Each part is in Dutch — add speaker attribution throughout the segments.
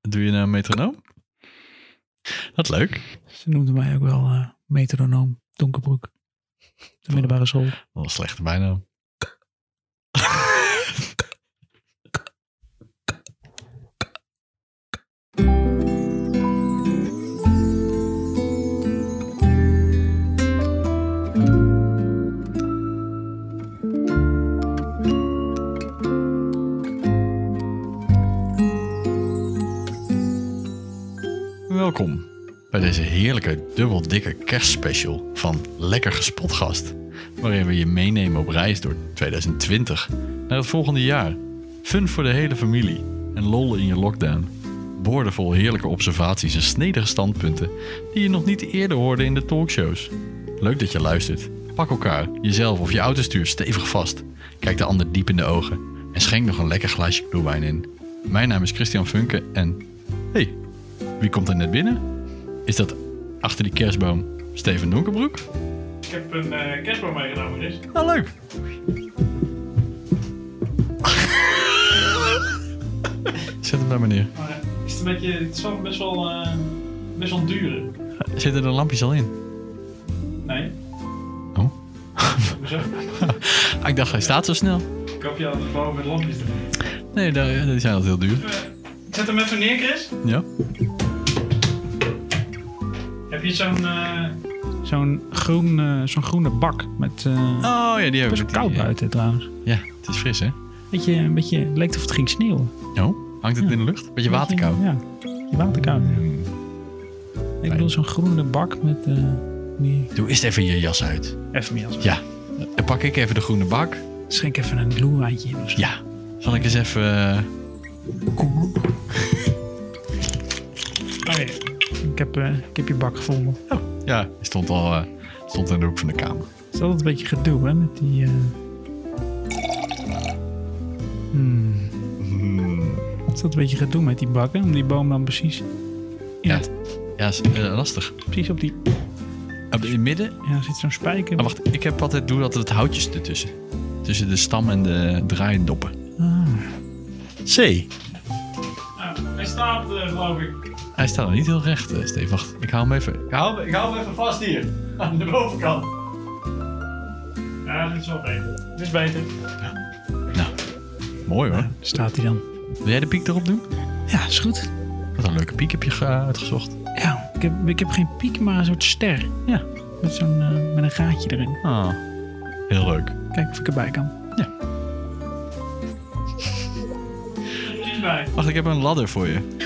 Speaker 1: Doe je nou een metronoom? Dat leuk.
Speaker 2: Ze noemden mij ook wel eh, metronoom Donkerbroek. De middelbare school.
Speaker 1: Wat een slechte bijnaam. Welkom bij deze heerlijke dubbeldikke kerstspecial van Lekker Gespot Gast. Waarin we je meenemen op reis door 2020 naar het volgende jaar. Fun voor de hele familie en lol in je lockdown. Boordevol heerlijke observaties en snedige standpunten die je nog niet eerder hoorde in de talkshows. Leuk dat je luistert. Pak elkaar, jezelf of je autostuur stevig vast. Kijk de ander diep in de ogen en schenk nog een lekker glaasje bloewijn in. Mijn naam is Christian Funke en... Hey, wie komt er net binnen? Is dat achter die kerstboom Steven Donkerbroek?
Speaker 3: Ik heb een eh kerstboom meegenomen, dus.
Speaker 1: Nou, leuk. Zet hem daar meneer.
Speaker 3: Maar eh, is het, een beetje, het is wel best wel, eh, best wel een dure.
Speaker 1: Zitten er lampjes al in?
Speaker 3: Nee,
Speaker 1: Oh.
Speaker 3: hoezo?
Speaker 1: Ah, ik dacht, hij staat zo snel.
Speaker 3: Ik hoop je had het boven met lampjes erin.
Speaker 1: Nee, daar, die zijn altijd heel duur.
Speaker 3: Eh, Zet hem even neer, Chris.
Speaker 1: Ja.
Speaker 3: Heb je zo'n... eh,
Speaker 2: Zo'n groen, eh, zo'n groene bak. Met, eh
Speaker 1: Oh ja, die hebben we.
Speaker 2: best wel koud
Speaker 1: Die-
Speaker 2: buiten trouwens.
Speaker 1: Ja, het is fris hè.
Speaker 2: Beetje, een beetje, het leek of het ging sneeuwen.
Speaker 1: Oh, hangt het in de lucht? Beetje waterkou. Mm.
Speaker 2: Ja, waterkoud. Ik
Speaker 1: Fijn.
Speaker 2: bedoel zo'n groene bak met eh, die...
Speaker 1: Doe eerst even je jas uit.
Speaker 2: Even meer als...
Speaker 1: Ja. Dan pak ik even de groene bak.
Speaker 2: Schenk even een gloewijntje in of zo.
Speaker 1: Ja. Zal ik eens even... eh,
Speaker 2: Oh, ja. Ik, heb, eh, ik heb je bak gevonden.
Speaker 1: Ja, die stond al eh, stond in de hoek van de kamer.
Speaker 2: Het is altijd een beetje gedoe, hè, met die... eh,
Speaker 1: Mm.
Speaker 2: Hmm. Het is altijd een beetje gedoe met die bakken, om die boom dan precies...
Speaker 1: Ja.
Speaker 2: Ja. Het,
Speaker 1: Ja, is eh, lastig.
Speaker 2: precies op die...
Speaker 1: Op- In het midden
Speaker 2: Ja, er zit zo'n spijker.
Speaker 1: Ah, wacht, ik heb altijd doe altijd het houtjes ertussen. Tussen de stam en de draaiendoppen.
Speaker 2: Ah.
Speaker 1: C.
Speaker 3: nou, hij staat, eh, geloof ik.
Speaker 1: Hij staat nog niet heel recht, eh, Steve. Wacht, ik haal hem even.
Speaker 3: Ik hou, ik hou hem even vast hier. Aan de bovenkant. Ja, dit is wel beter. Dit is beter.
Speaker 1: Mooi hoor.
Speaker 2: Staat hij dan?
Speaker 1: Wil jij de piek erop doen?
Speaker 2: Ja, is goed.
Speaker 1: Wat een leuke piek heb je ge- eh, uitgezocht.
Speaker 2: Ja, ik heb, ik heb geen piek, maar een soort ster. Ja, met, zo'n, eh, met een gaatje erin.
Speaker 1: Ah, heel leuk.
Speaker 2: Kijk of ik erbij kan.
Speaker 3: Precies bij. Ik
Speaker 1: Wacht, ik heb een ladder voor je.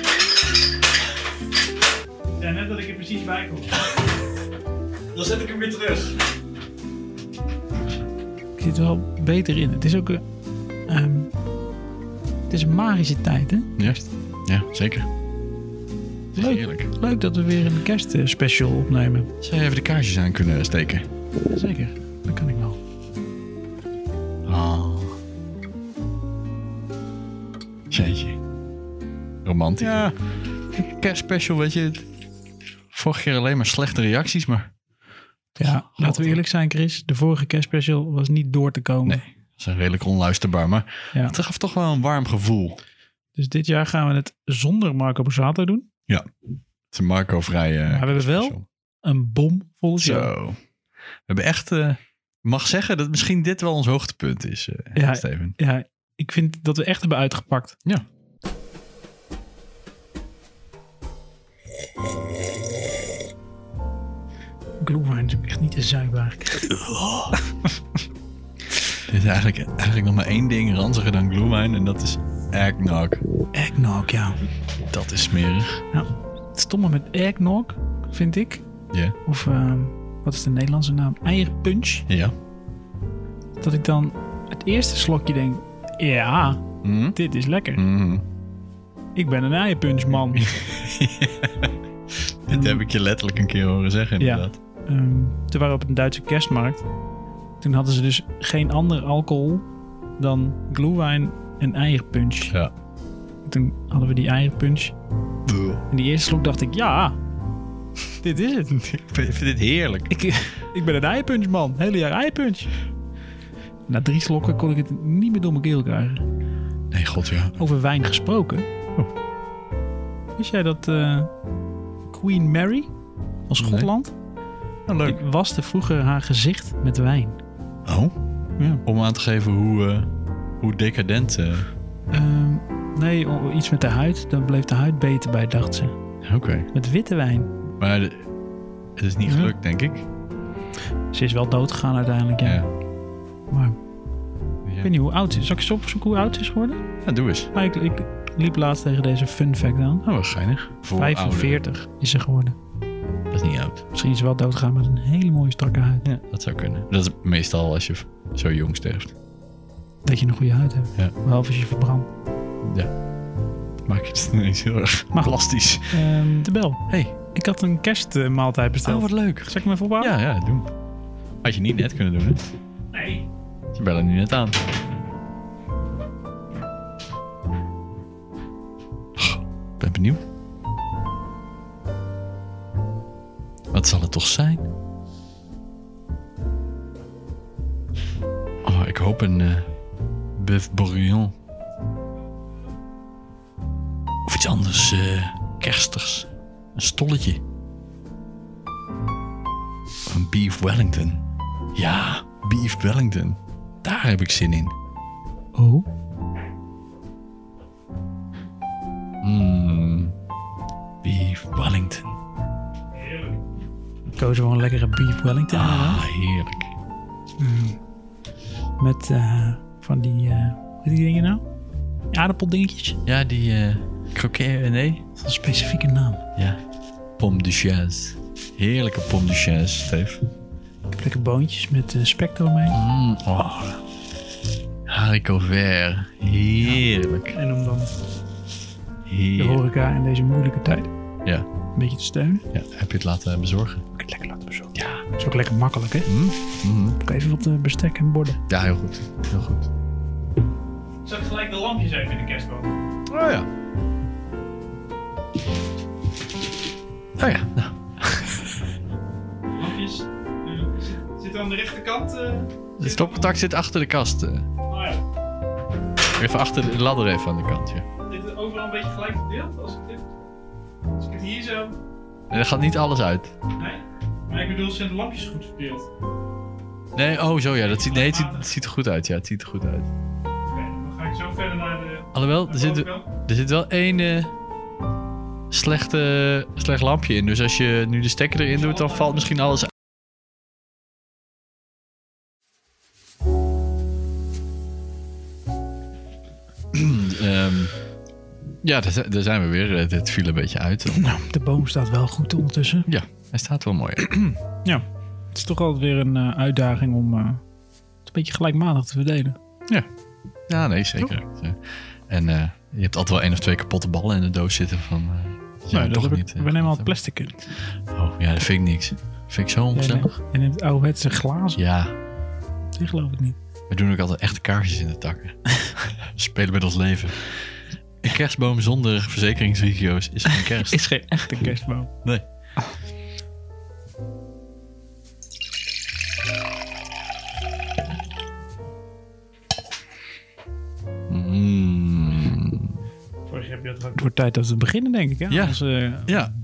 Speaker 3: zei net dat ik er precies bij kom. Dan zet ik hem weer terug.
Speaker 2: Ik zit er wel beter in. Het is ook een... ehm, het is een magische tijd, hè?
Speaker 1: Juist. Ja, zeker. Het is
Speaker 2: Leuk.
Speaker 1: heerlijk.
Speaker 2: Leuk dat we weer een kerstspecial opnemen.
Speaker 1: Zou je even de kaarsjes aan kunnen steken?
Speaker 2: Zeker, dat kan ik wel.
Speaker 1: Ah. Jeetje. Romantisch. Ja, kerstspecial, weet je. het- Vorig keer alleen maar slechte reacties, maar
Speaker 2: Ja,
Speaker 1: God,
Speaker 2: laten we eerlijk zijn, Chris. De vorige kerstspecial was niet door te komen.
Speaker 1: Nee. dat is redelijk onluisterbaar. Maar
Speaker 2: Ja.
Speaker 1: het gaf toch wel een warm gevoel.
Speaker 2: Dus dit jaar gaan we het zonder Marco Borsato doen.
Speaker 1: Het is een Marco-vrije
Speaker 2: Maar we hebben wel
Speaker 1: kerstspecial.
Speaker 2: een bomvolle show.
Speaker 1: Zo. We hebben echt... eh, mag zeggen dat misschien dit wel ons hoogtepunt is, eh,
Speaker 2: Ja.
Speaker 1: Steven.
Speaker 2: Ja, ik vind dat we echt hebben uitgepakt.
Speaker 1: Ja.
Speaker 2: Glühwein is ook echt niet te zuiver.
Speaker 1: Er is eigenlijk, eigenlijk nog maar één ding ranziger dan glühwein. En dat is eggnog.
Speaker 2: Eggnog, ja.
Speaker 1: Dat is smerig.
Speaker 2: Nou, het stomme met eggnog, vind ik.
Speaker 1: Ja.
Speaker 2: Of ehm, wat is de Nederlandse naam? Eierpunch.
Speaker 1: Ja.
Speaker 2: Dat ik dan het eerste slokje denk... Ja,
Speaker 1: Mm.
Speaker 2: dit is lekker.
Speaker 1: Mhm.
Speaker 2: Ik ben een eierpunchman.
Speaker 1: Dit heb ik je letterlijk een keer horen zeggen,
Speaker 2: Mm. Ja.
Speaker 1: inderdaad.
Speaker 2: Ehm, toen waren we op een Duitse kerstmarkt. Toen hadden ze dus geen ander alcohol dan glühwein en eierpunch.
Speaker 1: Ja.
Speaker 2: Toen hadden we die eierpunch. En die eerste slok dacht ik, ja, dit is het.
Speaker 1: Ik vind ik vind dit heerlijk.
Speaker 2: Ik, ik ben een eierpunch man, hele jaar eierpunch. Na drie slokken kon ik het niet meer door mijn keel krijgen.
Speaker 1: Nee, god ja.
Speaker 2: Over wijn gesproken. Wist jij dat eh, Queen Mary van
Speaker 1: Nee.
Speaker 2: Schotland,
Speaker 1: Nou, leuk.
Speaker 2: die waste vroeger haar gezicht met wijn?
Speaker 1: Oh,
Speaker 2: Ja.
Speaker 1: om aan te geven hoe, eh, hoe decadent. eh,
Speaker 2: Ehm, nee, o- iets met de huid. Dan bleef de huid beter bij, dacht ze.
Speaker 1: Oké.
Speaker 2: Met witte wijn.
Speaker 1: Maar de- het is niet
Speaker 2: Ja.
Speaker 1: gelukt, denk ik.
Speaker 2: Ze is wel dood gegaan uiteindelijk, ja. Maar ik
Speaker 1: Ja.
Speaker 2: weet niet hoe oud ze is. Zal ik eens opzoeken hoe oud ze is geworden?
Speaker 1: Ja, doe eens.
Speaker 2: Maar ik, ik liep laatst tegen deze fun fact aan.
Speaker 1: Nou, wat geinig. Voor
Speaker 2: 45 is ze geworden.
Speaker 1: ouderen. Dat is niet oud.
Speaker 2: Misschien is ze wel doodgegaan met een hele mooie strakke huid.
Speaker 1: Ja, dat zou kunnen. Dat is meestal als je v- zo jong sterft.
Speaker 2: Dat je een goede huid hebt.
Speaker 1: Ja.
Speaker 2: Behalve als je verbrandt.
Speaker 1: Maak je het ineens heel erg
Speaker 2: Maar-
Speaker 1: plastisch.
Speaker 2: Ehm de bel.
Speaker 1: Hey,
Speaker 2: Ik had een kerstmaaltijd
Speaker 1: oh,
Speaker 2: besteld.
Speaker 1: wat leuk.
Speaker 2: Zal ik hem even ophalen?
Speaker 1: Ja, ja, doe. Had je niet net kunnen doen, hè?
Speaker 3: Nee.
Speaker 1: Ze bellen nu net aan. Oh, ben benieuwd. Wat zal het toch zijn? Oh, ik hoop een eh bœuf bourguignon. Of iets anders eh, kerstigs. Een stolletje. Een beef wellington. Ja, beef wellington. Daar heb ik zin in.
Speaker 2: Oh,
Speaker 1: Mm, beef wellington.
Speaker 3: Heerlijk.
Speaker 2: ik koos voor een lekkere beef wellington. inderdaad.
Speaker 1: Ah, heerlijk.
Speaker 2: Met eh, van die, eh hoe heet die dingen nou? Aardappeldingetjes.
Speaker 1: Ja, die eh croquet, nee?
Speaker 2: Dat is een specifieke naam.
Speaker 1: Ja. Pomme de chaise. Heerlijke pomme de chaise, Steve.
Speaker 2: Ik heb lekker boontjes met eh spek eromheen.
Speaker 1: Mm, oh. Haricot vert. Heerlijk.
Speaker 2: En om dan de
Speaker 1: Heerlijk.
Speaker 2: horeca in deze moeilijke tijd
Speaker 1: Ja.
Speaker 2: een beetje te steunen.
Speaker 1: ja, heb je het laten bezorgen?
Speaker 2: Ik kan het lekker laten bezorgen.
Speaker 1: Ja.
Speaker 2: Dat is ook lekker makkelijk, hè?
Speaker 1: Mm? Mhm.
Speaker 2: Ik heb even wat eh, bestek en borden.
Speaker 1: Ja, heel goed. Heel goed.
Speaker 3: Zet gelijk de lampjes even in de kerstboom.
Speaker 1: Oh ja. Oh ja, nou.
Speaker 3: Lampjes. eh, zit- Zitten aan de rechterkant. eh,
Speaker 1: De
Speaker 3: zitten-
Speaker 1: stopcontact zit achter de kast. eh.
Speaker 3: Oh ja.
Speaker 1: Even achter de ladder even aan de kant, ja.
Speaker 3: Dit is overal een beetje gelijk verdeeld. Als ik dit. Als ik het hier zo.
Speaker 1: En er gaat niet alles uit.
Speaker 3: Nee. Maar ik bedoel, zijn de lampjes goed verdeeld?
Speaker 1: Nee, oh zo ja, dat ziet, nee, het, ziet, het ziet er goed uit. Ja, het ziet er goed uit.
Speaker 3: Oké, dan ga ik zo verder naar de.
Speaker 1: Alhoewel,
Speaker 3: naar
Speaker 1: er zit,
Speaker 3: bovenkant.
Speaker 1: er zit wel één eh, slechte, slecht lampje in. Dus als je nu de stekker erin doet, dan valt misschien alles uit. Ehm, ja, daar zi- daar zijn we weer. Het- Het viel een beetje uit.
Speaker 2: Nou, de boom staat wel goed ondertussen.
Speaker 1: Ja, hij staat wel mooi.
Speaker 2: Het is toch altijd weer een eh, uitdaging om eh, het een beetje gelijkmatig te verdelen.
Speaker 1: Ja, nee, zeker. En eh, je hebt altijd wel één of twee kapotte ballen in de doos zitten van... eh, die zijn
Speaker 2: Nou,
Speaker 1: we
Speaker 2: dat
Speaker 1: toch
Speaker 2: heb ik-
Speaker 1: niet, eh,
Speaker 2: we nemen al
Speaker 1: gehad
Speaker 2: het plastic in.
Speaker 1: hebben. Oh, ja, dat vind ik niks. vind ik zo ongezellig.
Speaker 2: En in het ouderwetse glazen.
Speaker 1: Ja,
Speaker 2: Die geloof ik niet.
Speaker 1: we doen ook altijd echte kaarsjes in de takken. We Spelen met ons leven. Een kerstboom zonder verzekeringsrisico's is geen kerst.
Speaker 2: Is geen echte kerstboom.
Speaker 1: Nee. Mm.
Speaker 3: Vorig jaar heb je dat ook.
Speaker 2: Het wordt tijd dat we beginnen, denk ik. Hè?
Speaker 1: Ja.
Speaker 2: Onze eh,
Speaker 1: Ja,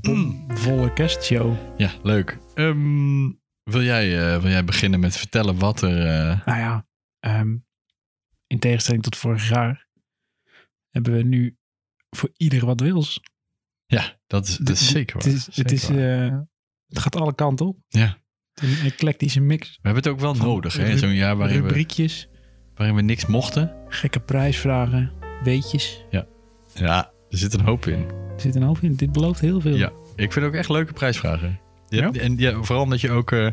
Speaker 2: volle kerstshow.
Speaker 1: Ja, leuk. Ehm, wil, jij, eh, wil jij beginnen met vertellen wat er. eh,
Speaker 2: Nou ja, ehm, in tegenstelling tot vorig jaar hebben we nu voor ieder wat wils.
Speaker 1: Ja, dat is, dat is zeker
Speaker 2: Het,
Speaker 1: waar.
Speaker 2: is,
Speaker 1: Zeker
Speaker 2: het, is,
Speaker 1: waar.
Speaker 2: eh, het gaat alle kanten op.
Speaker 1: Ja.
Speaker 2: Het is Een eclectische mix.
Speaker 1: we hebben het ook wel
Speaker 2: van
Speaker 1: nodig, hè?
Speaker 2: ru-
Speaker 1: in Zo'n jaar waarin we,
Speaker 2: Rubriekjes,
Speaker 1: waarin we niks mochten.
Speaker 2: gekke prijsvragen, weetjes.
Speaker 1: Ja, er zit een hoop in.
Speaker 2: Er zit een hoop in. Dit belooft heel veel.
Speaker 1: Ja, ik vind ook echt leuke prijsvragen. Je hebt-
Speaker 2: Ja?
Speaker 1: En ja, vooral omdat je ook. eh,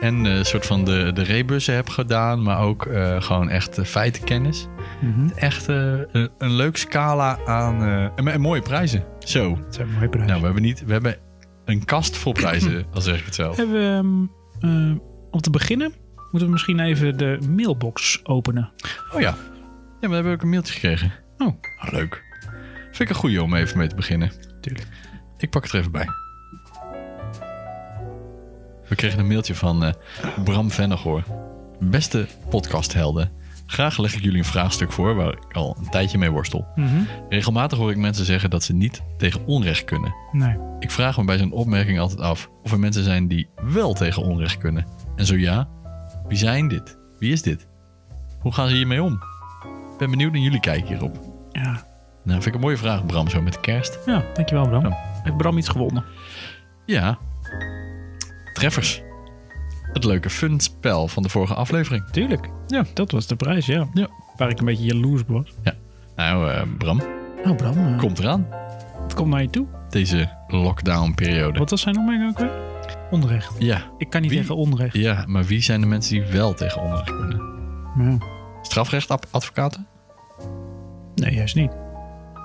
Speaker 1: en eh, een soort van de, de rebussen hebt gedaan, maar ook eh, gewoon echt eh, feitenkennis.
Speaker 2: Mhm.
Speaker 1: Echt eh, een, een leuk scala aan. eh, en, en mooie prijzen. Zo.
Speaker 2: Het zijn mooie prijzen.
Speaker 1: Nou, we hebben niet. We hebben een kast vol prijzen, al zeg ik het zelf.
Speaker 2: Hebben we, ehm, eh, om te beginnen moeten we misschien even de mailbox openen.
Speaker 1: Oh ja. Ja, maar we hebben ook een mailtje gekregen.
Speaker 2: Oh.
Speaker 1: Ah, leuk. Vind ik een goeie om even mee te beginnen.
Speaker 2: Tuurlijk.
Speaker 1: Ik pak het er even bij. We kregen een mailtje van eh, Bram Vennegoor. Beste podcasthelden. Graag leg ik jullie een vraagstuk voor waar ik al een tijdje mee worstel.
Speaker 2: Mhm.
Speaker 1: Regelmatig hoor ik mensen zeggen dat ze niet tegen onrecht kunnen.
Speaker 2: Nee.
Speaker 1: Ik vraag me bij zo'n opmerking altijd af of er mensen zijn die wel tegen onrecht kunnen. En zo ja, wie zijn dit? Wie is dit? Hoe gaan ze hiermee om? Ik ben benieuwd naar jullie kijk hierop.
Speaker 2: Ja.
Speaker 1: Nou, vind ik een mooie vraag, Bram, zo met de kerst.
Speaker 2: ja, dankjewel Bram.
Speaker 1: Ja.
Speaker 2: Heeft Bram iets gewonnen?
Speaker 1: Ja. Treffers. Het leuke funspel van de vorige aflevering.
Speaker 2: Tuurlijk. Ja, dat was de prijs, ja.
Speaker 1: Ja.
Speaker 2: Waar ik een beetje jaloers op was.
Speaker 1: Nou, eh, Bram,
Speaker 2: Nou Bram, eh,
Speaker 1: komt eraan.
Speaker 2: het komt naar je toe.
Speaker 1: Deze lockdown-periode.
Speaker 2: Wat was zijn opmerking ook weer? Onrecht.
Speaker 1: Ja,
Speaker 2: Ik kan niet
Speaker 1: Wie?
Speaker 2: tegen onrecht.
Speaker 1: ja, maar wie zijn de mensen die wel tegen onrecht kunnen?
Speaker 2: Ja.
Speaker 1: Strafrechtadvocaten?
Speaker 2: Nee, juist niet.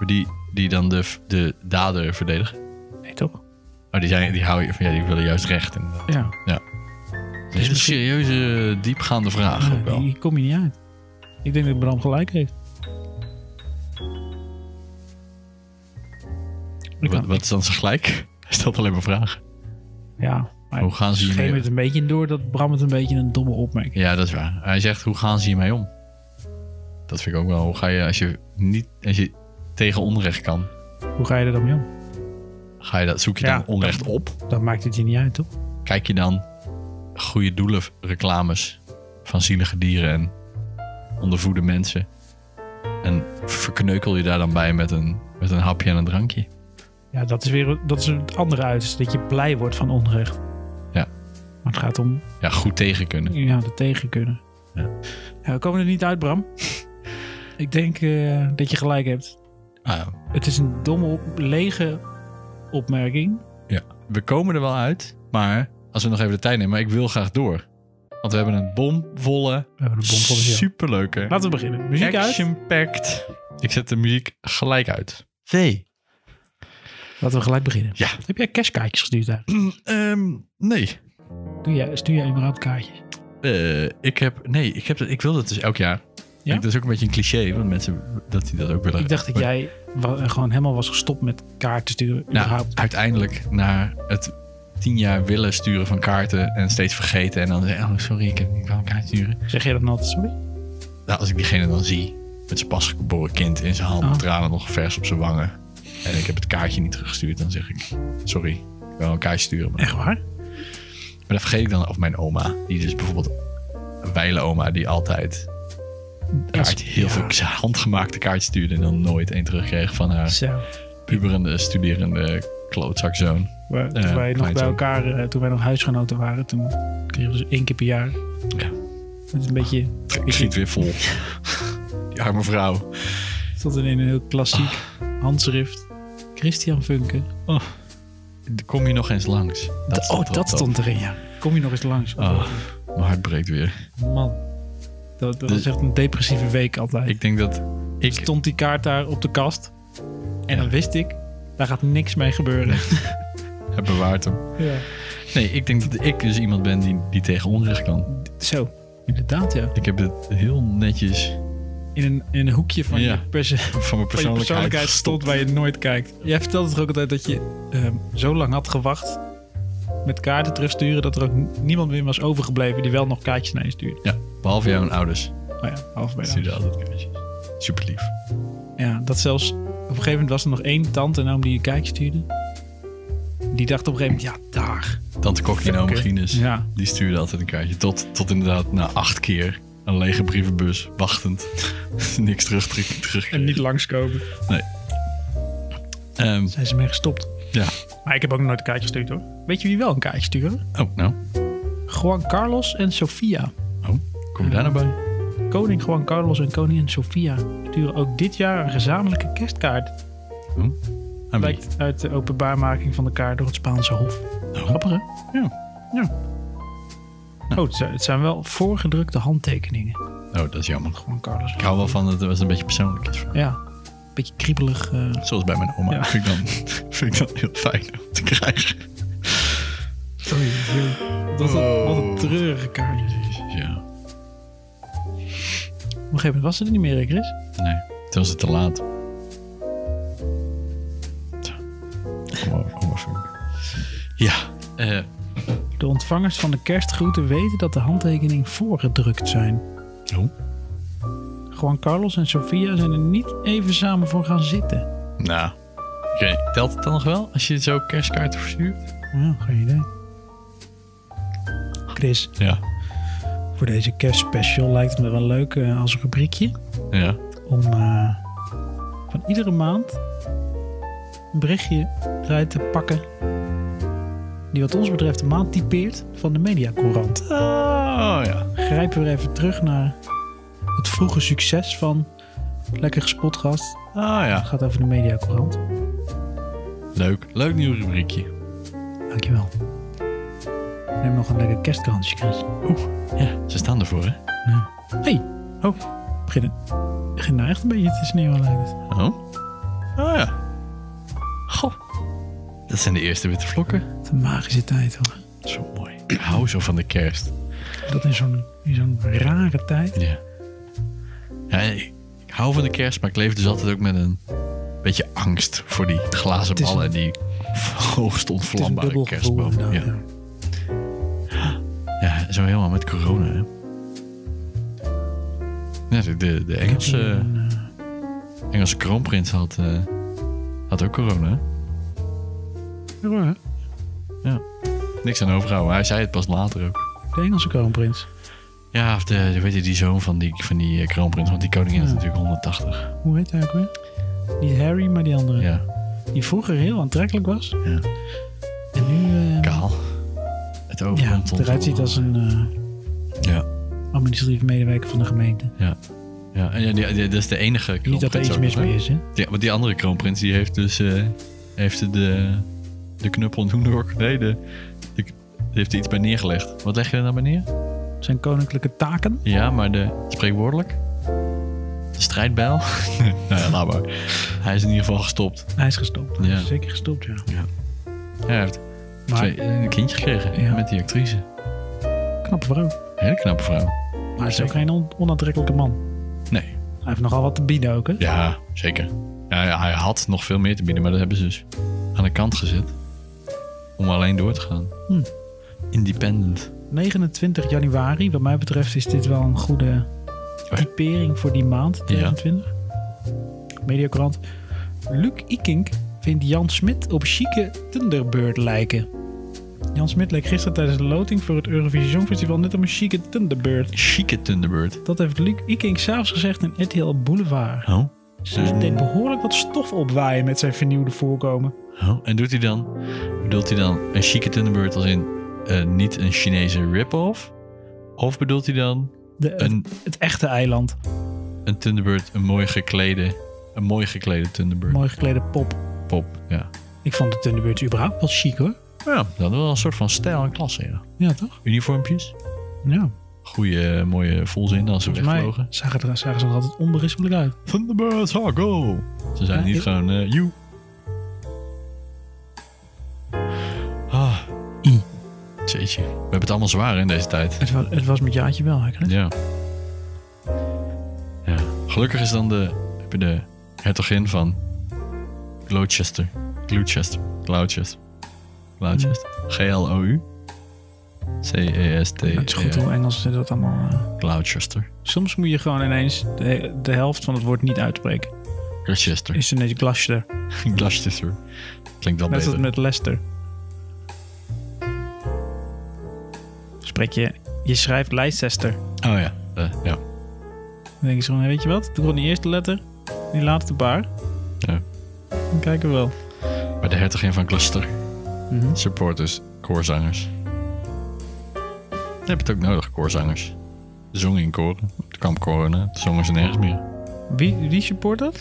Speaker 1: Die, die dan de, de dader verdedigen?
Speaker 2: Nee, toch?
Speaker 1: Oh, die, zijn, die, houden, ja, die willen juist recht. inderdaad.
Speaker 2: Ja.
Speaker 1: Een hele serieuze, diepgaande vraag ook
Speaker 2: Ja,
Speaker 1: wel.
Speaker 2: Hier kom je niet uit. Ik denk dat Bram gelijk heeft. Ik
Speaker 1: Wat,
Speaker 2: kan-
Speaker 1: wat is dan zijn gelijk? Hij stelt alleen maar vragen.
Speaker 2: Ja. Maar
Speaker 1: Hoe gaan ze
Speaker 2: op een gegeven
Speaker 1: hiermee
Speaker 2: moment een beetje door dat Bram het een beetje een domme opmerking.
Speaker 1: Ja, dat is waar. Hij zegt, hoe gaan ze hiermee om? Dat vind ik ook wel. Hoe ga je als je, niet, als je tegen onrecht kan,
Speaker 2: Hoe ga je er dan mee om?
Speaker 1: ga je dat, zoek je
Speaker 2: Ja.
Speaker 1: dan onrecht op?
Speaker 2: Dan maakt het je niet uit, toch?
Speaker 1: Kijk je dan goede doelen reclames van zielige dieren en ondervoede mensen? En verkneukel je daar dan bij met een, met een hapje en een drankje?
Speaker 2: Ja, dat is weer dat is het andere uiterste. Dat je blij wordt van onrecht.
Speaker 1: Ja.
Speaker 2: Maar het gaat om
Speaker 1: Ja, goed tegen kunnen.
Speaker 2: ja, de tegen kunnen.
Speaker 1: Ja.
Speaker 2: Ja, we komen er niet uit, Bram. Ik denk eh, dat je gelijk hebt.
Speaker 1: Ah, ja.
Speaker 2: Het is een domme, op- lege opmerking.
Speaker 1: we komen er wel uit, maar als we nog even de tijd nemen, maar ik wil graag door. Want we hebben een bomvolle,
Speaker 2: We hebben een bom voor de show.
Speaker 1: superleuke
Speaker 2: Laten we beginnen. Muziek uit.
Speaker 1: Action-packed. Ik zet de muziek gelijk uit. Nee.
Speaker 2: Laten we gelijk beginnen.
Speaker 1: Ja.
Speaker 2: Heb jij cashkaartjes gestuurd daar?
Speaker 1: Ehm, nee.
Speaker 2: Doe jij, stuur jij überhaupt kaartjes?
Speaker 1: Eh, ik heb... Nee, ik, heb dat, ik wil dat dus elk jaar.
Speaker 2: Ja?
Speaker 1: Ik- dat is ook een beetje een cliché, want mensen dat die dat ook willen.
Speaker 2: Ik dacht dat jij wa- gewoon helemaal was gestopt met kaarten sturen.
Speaker 1: Nou,
Speaker 2: überhaupt.
Speaker 1: uiteindelijk na het tien jaar willen sturen van kaarten en steeds vergeten en dan zeggen, oh sorry, ik heb niet wel een kaart sturen.
Speaker 2: Zeg jij dat nou altijd, sorry?
Speaker 1: Nou, als ik diegene dan zie met zijn pasgeboren kind in zijn hand,
Speaker 2: Oh.
Speaker 1: tranen nog vers op zijn wangen en ik heb het kaartje niet teruggestuurd, dan zeg ik, sorry, ik wil een kaartje sturen, maar
Speaker 2: Echt waar?
Speaker 1: Maar dat vergeet ik dan. Of mijn oma. Die dus bijvoorbeeld... Een wijle oma die altijd kaart, heel
Speaker 2: ja.
Speaker 1: veel handgemaakte kaart stuurde... en dan nooit één terugkreeg van haar
Speaker 2: Zo.
Speaker 1: puberende, studerende klootzakzoon.
Speaker 2: Waar- Toen
Speaker 1: Ja,
Speaker 2: wij nog
Speaker 1: klein
Speaker 2: bij
Speaker 1: zo.
Speaker 2: elkaar, eh, toen wij nog huisgenoten waren, toen kregen we dus één keer per jaar.
Speaker 1: Ja.
Speaker 2: Het is een beetje,
Speaker 1: Ik schiet weer vol. Die arme vrouw.
Speaker 2: stond in een heel klassiek handschrift. Christian Funke.
Speaker 1: Kom je nog eens langs?
Speaker 2: Dat oh, dat stond erin, ja. Kom je nog eens langs.
Speaker 1: Oh, mijn hart breekt weer.
Speaker 2: Man. Dat, dat
Speaker 1: Dus-
Speaker 2: was echt een depressieve week altijd.
Speaker 1: Ik denk dat ik...
Speaker 2: stond die kaart daar op de kast. En
Speaker 1: Ja.
Speaker 2: dan wist ik, daar gaat niks mee gebeuren.
Speaker 1: heb bewaard hem.
Speaker 2: Ja.
Speaker 1: Nee, ik denk dat ik dus iemand ben die, die tegen onrecht kan.
Speaker 2: Zo, inderdaad ja.
Speaker 1: Ik heb dit heel netjes
Speaker 2: In een, in een hoekje van,
Speaker 1: Ja.
Speaker 2: je perso- van
Speaker 1: van mijn persoonlijkheid,
Speaker 2: je persoonlijkheid stond waar je nooit kijkt. Jij vertelde toch ook altijd dat je ehm, zo lang had gewacht met kaarten terugsturen... dat er ook n- niemand meer was overgebleven die wel nog kaartjes naar je stuurde.
Speaker 1: Ja, behalve jouw ouders.
Speaker 2: Maar Oh ja, half bij
Speaker 1: Ja.
Speaker 2: de hand.
Speaker 1: Stuurde altijd kaartjes. Super lief.
Speaker 2: Ja, dat zelfs... Op een gegeven moment was er nog één tante en oom die je kaartje stuurde. Die dacht op een gegeven moment, ja, daar.
Speaker 1: Tante Kokkie en oom
Speaker 2: Fucker.
Speaker 1: Guinness,
Speaker 2: Ja.
Speaker 1: die stuurde altijd een kaartje. Tot, tot inderdaad na acht keer een lege brievenbus, wachtend. Niks terug, terug, terug.
Speaker 2: En niet langskomen.
Speaker 1: Ehm,
Speaker 2: Zijn ze mee gestopt.
Speaker 1: ja.
Speaker 2: Maar ik heb ook nog nooit een kaartje gestuurd hoor. Weet je wie wel een kaartje sturen?
Speaker 1: Oh, nou.
Speaker 2: Juan Carlos en Sofia.
Speaker 1: Oh, kom je daar nou bij?
Speaker 2: Koning Juan Carlos en koningin Sofia sturen ook dit jaar een gezamenlijke kerstkaart.
Speaker 1: Aan wie?
Speaker 2: Blijkt uit de openbaarmaking van de kaart door het Spaanse Hof.
Speaker 1: Oh,
Speaker 2: Grappig hè?
Speaker 1: Ja.
Speaker 2: Ja. Oh, het zijn- het zijn wel voorgedrukte handtekeningen.
Speaker 1: Oh, dat is jammer.
Speaker 2: Juan Carlos.
Speaker 1: Ik hou wel van dat het een beetje persoonlijk is.
Speaker 2: Ja. Beetje kriebelig. eh,
Speaker 1: Zoals bij mijn oma.
Speaker 2: Ja.
Speaker 1: Vind, ik dan, vind ik dan heel fijn om te krijgen.
Speaker 2: Oei, joh. Dat is een, wat een
Speaker 1: Oh.
Speaker 2: treurige kaart. Op een
Speaker 1: Ja,
Speaker 2: gegeven moment was ze er niet meer, hè, Chris.
Speaker 1: nee. Toen was het te laat. Zo. Kom maar, kom maar, Funk. Ja. Eh
Speaker 2: De ontvangers van de kerstgroeten weten dat de handtekeningen voorgedrukt zijn.
Speaker 1: oh.
Speaker 2: Juan Carlos en Sofia zijn er niet even samen voor gaan zitten.
Speaker 1: Nou, oké. Telt het dan nog wel als je zo kerstkaarten verstuurt?
Speaker 2: Ja, geen idee. Chris,
Speaker 1: Ja.
Speaker 2: voor deze kerstspecial lijkt het me wel leuk eh, als rubriekje
Speaker 1: Ja.
Speaker 2: om eh, van iedere maand een berichtje eruit te pakken die wat ons betreft de maand typeert van de mediacourant.
Speaker 1: Oh ja.
Speaker 2: grijpen we even terug naar het vroege succes van Lekker Gespot Gast.
Speaker 1: Oh
Speaker 2: Het
Speaker 1: ja.
Speaker 2: gaat over de mediacourant.
Speaker 1: Leuk. Leuk nieuw rubriekje.
Speaker 2: Dankjewel. Neem nog een lekker kerstkransje, Chris.
Speaker 1: Ja, ze staan ervoor, hè?
Speaker 2: Hey. Oh, begin, begin nou echt een beetje te sneeuwen, lijkt het.
Speaker 1: Oh. Oh ja. Goh. Dat zijn de eerste witte vlokken.
Speaker 2: Het is een magische tijd, hoor.
Speaker 1: Zo mooi. Ik hou zo van de kerst.
Speaker 2: Dat in zo'n in zo'n rare tijd.
Speaker 1: Ja. ja ik, ik hou van de kerst, maar ik leef dus altijd ook met een beetje angst voor die glazen
Speaker 2: Het is
Speaker 1: ballen en
Speaker 2: een-
Speaker 1: die hoogst
Speaker 2: Het is een
Speaker 1: ontvlambare
Speaker 2: dubbel gevoel.
Speaker 1: kerstboom. Ja.
Speaker 2: inderdaad, ja.
Speaker 1: ja, zo helemaal met corona. Hè? Ja, de, de, de
Speaker 2: Ik heb hier
Speaker 1: Engelse,
Speaker 2: een, eh,
Speaker 1: Engelse kroonprins had, eh, had ook corona. hè?
Speaker 2: ja, hoor,
Speaker 1: Niks aan overhouden. Hij zei het pas later ook.
Speaker 2: de Engelse kroonprins.
Speaker 1: Ja, of de, de- weet je, die zoon van die, van die eh, kroonprins. Want die koningin is
Speaker 2: Ja.
Speaker 1: natuurlijk 180.
Speaker 2: Hoe heet hij ook weer? Niet Harry, maar die andere.
Speaker 1: Ja,
Speaker 2: Die vroeger heel aantrekkelijk was.
Speaker 1: Ja.
Speaker 2: En nu... eh,
Speaker 1: kaal. Het
Speaker 2: Ja,
Speaker 1: overkomt
Speaker 2: het eruit ziet als een eh,
Speaker 1: Ja.
Speaker 2: administratief medewerker van de gemeente.
Speaker 1: Ja, en ja, die, die- dat is de enige kroonprins.
Speaker 2: Niet dat er iets
Speaker 1: ook
Speaker 2: mis
Speaker 1: nog, hè?
Speaker 2: mee is, hè?
Speaker 1: Ja, want die andere kroonprins die heeft dus eh, heeft de, de knuppel en hoenderhok. Nee, de, de- die heeft er iets bij neergelegd. Wat leg je er nou bij neer?
Speaker 2: Zijn koninklijke taken.
Speaker 1: Ja, maar de, spreekwoordelijk? De strijdbijl? nou ja, laat maar. Hij is in ieder geval gestopt.
Speaker 2: Hij is gestopt. Hij
Speaker 1: Ja.
Speaker 2: is zeker gestopt, ja.
Speaker 1: Ja, hij heeft
Speaker 2: Maar
Speaker 1: twee, eh, een kindje gekregen
Speaker 2: Ja.
Speaker 1: met die actrice.
Speaker 2: knappe vrouw.
Speaker 1: Hele knappe vrouw.
Speaker 2: Maar hij is ook
Speaker 1: Zeker.
Speaker 2: geen on- onaantrekkelijke man.
Speaker 1: Nee.
Speaker 2: Hij heeft nogal wat te bieden ook, hè?
Speaker 1: Ja, zeker. Ja, ja, hij had nog veel meer te bieden, maar dat hebben ze dus aan de kant gezet. Om alleen door te gaan.
Speaker 2: Hm.
Speaker 1: Independent.
Speaker 2: 29 januari, wat mij betreft, is dit wel een goede Oh.
Speaker 1: ja.
Speaker 2: typering voor die maand, 29. Mediakrant. Luc Ikink vindt Jan Smit op chique Thunderbird lijken. Jan Smit leek gisteren tijdens de loting voor het Eurovisie Songfestival net op een chique Thunderbird.
Speaker 1: Chique Thunderbird.
Speaker 2: Dat heeft Luc Ikink s'avonds gezegd in RTL Boulevard.
Speaker 1: Oh.
Speaker 2: Ze deed behoorlijk wat stof opwaaien met zijn vernieuwde voorkomen.
Speaker 1: oh. En doet hij dan, bedoelt hij dan een chique Thunderbird als in eh, niet een Chinese rip-off? Of bedoelt hij dan
Speaker 2: De, het,
Speaker 1: een,
Speaker 2: het echte eiland.
Speaker 1: een Thunderbird, een mooi geklede, een mooi geklede Thunderbird
Speaker 2: Mooi geklede pop.
Speaker 1: pop? Ja.
Speaker 2: Ik vond de Thunderbirds überhaupt wel chic hoor.
Speaker 1: ja, dat is wel een soort van stijl en klasse, ja.
Speaker 2: Ja, toch?
Speaker 1: Uniformpjes,
Speaker 2: Ja.
Speaker 1: goeie mooie volzin als ze
Speaker 2: Volgens mij
Speaker 1: wegvlogen.
Speaker 2: zagen, er, zagen ze er altijd onberispelijk uit.
Speaker 1: Thunderbirds, ha, go! Ze zijn
Speaker 2: Ja,
Speaker 1: niet
Speaker 2: ik-
Speaker 1: gewoon eh you. Ah.
Speaker 2: I.
Speaker 1: Jeetje. We hebben het allemaal zwaar in deze tijd.
Speaker 2: Het was, het was met jaartje wel, hè? Chris?
Speaker 1: Ja. ja. Gelukkig is dan de, heb je de hertogin van Gloucester. Gloucester. Gloucester. Gloucester. G-L-O-U. C-E-S-T.
Speaker 2: Het is goed hoe Engels ze dat allemaal... eh.
Speaker 1: E Gloucester.
Speaker 2: Soms moet je gewoon ineens de, de helft van het woord niet uitspreken.
Speaker 1: Gloucester.
Speaker 2: Is ineens Gloucester.
Speaker 1: Gloucester. Klinkt wel
Speaker 2: Net als
Speaker 1: beter.
Speaker 2: met Leicester. Spreek je... Je schrijft Leicester.
Speaker 1: Oh ja. Eh, ja.
Speaker 2: Dan denk ik zo van, weet je wat? Doe gewoon die eerste letter, die laatste paar.
Speaker 1: Ja.
Speaker 2: Dan kijken we wel.
Speaker 1: Maar de hertogin van Gloucester. Supporters, koorzangers. Je hebt het ook nodig, koorzangers. Ze zongen in koren. Toen kwam corona, toen zongen ze nergens meer.
Speaker 2: Wie, wie support dat?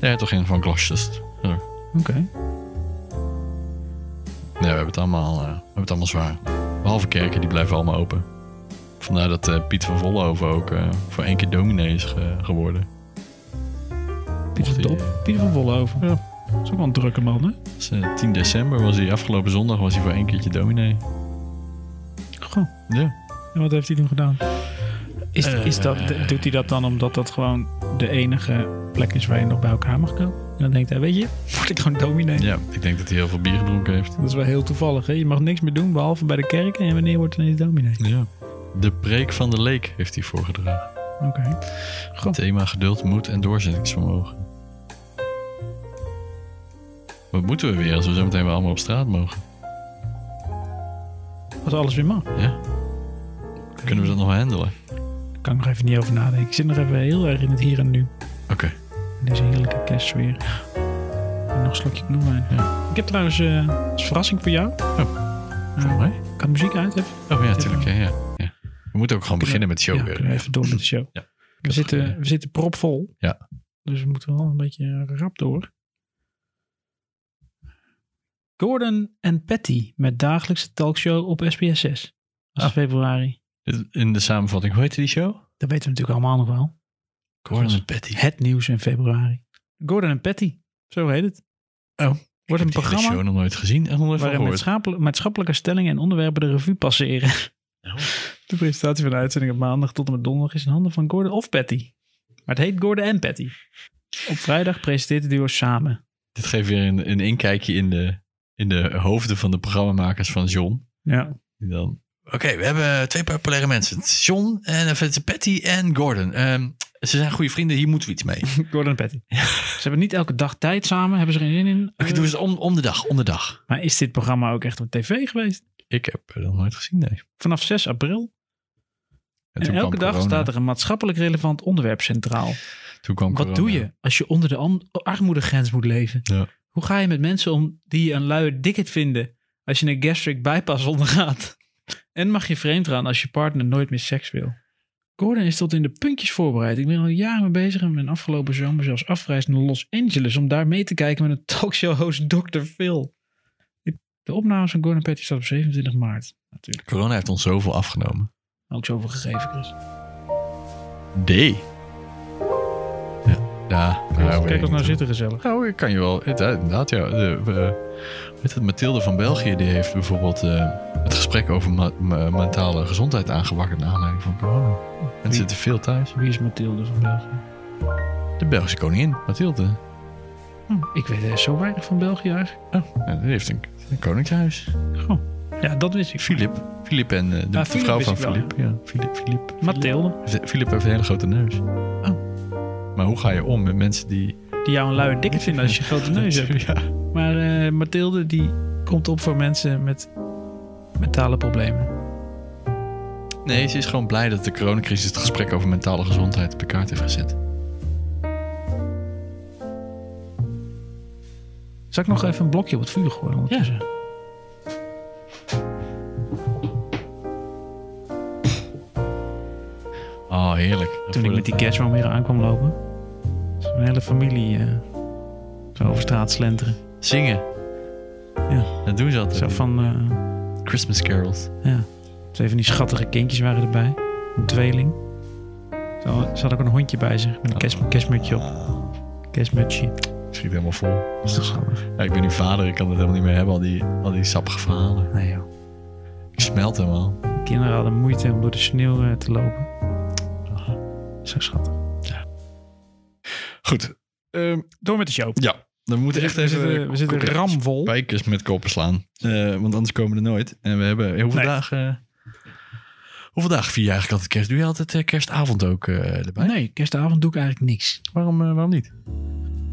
Speaker 1: De hertogin van Gloucester. Ja.
Speaker 2: Oké.
Speaker 1: Nee, we hebben het allemaal, eh, we hebben het allemaal zwaar. Behalve kerken, die blijven allemaal open. Vandaar dat eh, Piet van Vollenhoven ook eh, voor één keer dominee is ge- geworden.
Speaker 2: Pieter van
Speaker 1: Mocht hij,
Speaker 2: Dop. Pieter van Vollenhoven.
Speaker 1: Ja.
Speaker 2: Dat is ook wel een drukke man, hè?
Speaker 1: Dat is, eh, 10 december was hij, afgelopen zondag was hij voor één keertje dominee.
Speaker 2: Goh.
Speaker 1: Ja.
Speaker 2: En wat heeft hij toen gedaan? Is,
Speaker 1: Eh,
Speaker 2: is dat, d- doet hij dat dan omdat dat gewoon de enige plek is waar je nog bij elkaar mag komen? En dan denkt hij, weet je, word ik gewoon dominee.
Speaker 1: ja, ik denk dat hij heel veel bier gedronken heeft.
Speaker 2: Dat is wel heel toevallig, hè? Je mag niks meer doen behalve bij de kerk en wanneer wordt hij ineens dominee?
Speaker 1: Ja. De preek van de leek heeft hij voorgedragen.
Speaker 2: Oké. Goh.
Speaker 1: Thema geduld, moed en doorzettingsvermogen. Wat moeten we weer als we zo meteen weer allemaal op straat mogen?
Speaker 2: Als alles weer mag.
Speaker 1: Ja? Kunnen we dat nog handelen?
Speaker 2: Daar kan ik nog even niet over nadenken. Ik zit nog even heel erg in het hier en nu.
Speaker 1: Oké.
Speaker 2: In deze heerlijke kerstsfeer. En nog een slokje bloemwijn. Ik heb trouwens eh, als verrassing voor jou.
Speaker 1: Oh.
Speaker 2: Eh,
Speaker 1: Voor mij?
Speaker 2: Kan de muziek uit even?
Speaker 1: Oh ja, tuurlijk. Ja, ja. ja. We moeten ook gewoon beginnen met show
Speaker 2: ja,
Speaker 1: weer.
Speaker 2: kunnen we even door met de show.
Speaker 1: Ja.
Speaker 2: We, zitten, we zitten propvol.
Speaker 1: Ja.
Speaker 2: Dus we moeten wel een beetje eh, rap door. Gordon en Patty met dagelijkse talkshow op SBS 6. Dat is
Speaker 1: Ah.
Speaker 2: februari.
Speaker 1: Dit- In de samenvatting, hoe heette die show?
Speaker 2: Dat weten we natuurlijk allemaal nog wel.
Speaker 1: Gordon en Patty.
Speaker 2: Het nieuws in februari. Gordon en Patty, zo heet het.
Speaker 1: Oh.
Speaker 2: Wordt een
Speaker 1: Ik heb die
Speaker 2: programma
Speaker 1: show nog nooit gezien en nog nooit van
Speaker 2: waarin
Speaker 1: gehoord.
Speaker 2: maatschappel- maatschappelijke stellingen en onderwerpen de revue passeren. De presentatie van de uitzending op maandag tot en met donderdag is in handen van Gordon of Patty. Maar het heet Gordon en Patty. Op vrijdag presenteert de duo samen.
Speaker 1: Dit geeft weer een, een inkijkje in de, in de hoofden van de programmamakers van John.
Speaker 2: Ja.
Speaker 1: Die dan... Oké, we hebben twee populaire mensen. Het is John en of het is Patty en Gordon. Ehm, ze zijn goede vrienden, hier moeten we iets mee. Oké,
Speaker 2: Gordon en Patty. Ze hebben niet elke dag tijd samen, hebben ze geen zin in. Eh,
Speaker 1: doen ze het om, om de dag, om de dag.
Speaker 2: Maar is dit programma ook echt op tv geweest?
Speaker 1: Ik heb dat nog nooit gezien, nee.
Speaker 2: Vanaf 6 april.
Speaker 1: En
Speaker 2: En,
Speaker 1: toen
Speaker 2: elke
Speaker 1: kwam
Speaker 2: dag
Speaker 1: corona.
Speaker 2: staat er een maatschappelijk relevant onderwerp centraal.
Speaker 1: Toen kwam
Speaker 2: Wat
Speaker 1: corona.
Speaker 2: doe je als je onder de an- armoedegrens moet leven?
Speaker 1: Ja.
Speaker 2: Hoe ga je met mensen om die een luie dikket vinden als je een gastric bypass ondergaat? En mag je vreemd gaan als je partner nooit meer seks wil? Gordon is tot in de puntjes voorbereid. Ik ben al jaren mee bezig en ben afgelopen zomer zelfs afgereisd naar Los Angeles om daar mee te kijken met een talkshow-host Dr. Phil. De opnames van Gordon Petty staat op 27 maart. Natuurlijk.
Speaker 1: Corona heeft ons zoveel afgenomen.
Speaker 2: Ook zoveel gegeven, Chris.
Speaker 1: D. Ja, ja. nou,
Speaker 2: Kijk ons nou
Speaker 1: weet ik
Speaker 2: zitten gezellig.
Speaker 1: Nou, ik kan je wel. het- Inderdaad, ja. De, eh, hoe heet het, Mathilde van België die heeft bijvoorbeeld eh, het gesprek over ma- ma- mentale gezondheid aangewakkerd naar aanleiding van corona. Mensen zitten veel thuis.
Speaker 2: Wie is Mathilde van België?
Speaker 1: De Belgische koningin, Mathilde.
Speaker 2: Hm, ik weet er zo weinig van België eigenlijk.
Speaker 1: Ja, die heeft een, een koningshuis.
Speaker 2: Ja, dat wist ik.
Speaker 1: Filip. Filip en eh, de, de
Speaker 2: Filip
Speaker 1: vrouw
Speaker 2: Ah, wist
Speaker 1: van
Speaker 2: ik wel,
Speaker 1: Filip. Ja, Filip. Filip.
Speaker 2: Mathilde,
Speaker 1: Heeft- Filip heeft een hele grote neus.
Speaker 2: Oh.
Speaker 1: Maar hoe ga je om met mensen die...
Speaker 2: die jou een luie dikke vindt als je een grote neus hebt.
Speaker 1: Ja.
Speaker 2: Maar eh, Mathilde, die komt op voor mensen met mentale problemen.
Speaker 1: Nee, ze is gewoon blij dat de coronacrisis het gesprek over mentale gezondheid op de kaart heeft gezet.
Speaker 2: Zal ik nog even een blokje op het vuur gooien? ondertussen?
Speaker 1: Oh, heerlijk.
Speaker 2: Toen ik met die kerstboom hier aankwam lopen. is Mijn hele familie eh, zo over straat slenteren.
Speaker 1: Zingen.
Speaker 2: Ja.
Speaker 1: Dat doen ze altijd.
Speaker 2: Zo van, eh,
Speaker 1: Christmas carols.
Speaker 2: ja, twee van die schattige kindjes waren erbij. Een tweeling. Zo, ze had ook een hondje bij zich met een kerst, kerstmutsje op. Kerstmutsje.
Speaker 1: Ah. Schiet helemaal vol.
Speaker 2: Dat is toch schattig?
Speaker 1: Ja, ik ben nu vader, ik kan het helemaal niet meer hebben, al die, al die sappige verhalen.
Speaker 2: Nee joh.
Speaker 1: Ik smelt helemaal.
Speaker 2: Kinderen hadden moeite om door de sneeuw eh, te lopen. Zo schattig.
Speaker 1: Goed. Ehm,
Speaker 2: Door met de show.
Speaker 1: ja, dan moeten we echt even...
Speaker 2: we zitten, we zitten
Speaker 1: kopjes-
Speaker 2: ramvol.
Speaker 1: Spijkers met koppen slaan. Eh, want anders komen we er nooit. En we hebben... Hoeveel
Speaker 2: Nee.
Speaker 1: dagen... eh, hoeveel dagen vier je eigenlijk altijd kerst? Doe je altijd eh, kerstavond ook eh, erbij?
Speaker 2: Nee, kerstavond doe ik eigenlijk niks.
Speaker 1: Waarom, eh, waarom niet?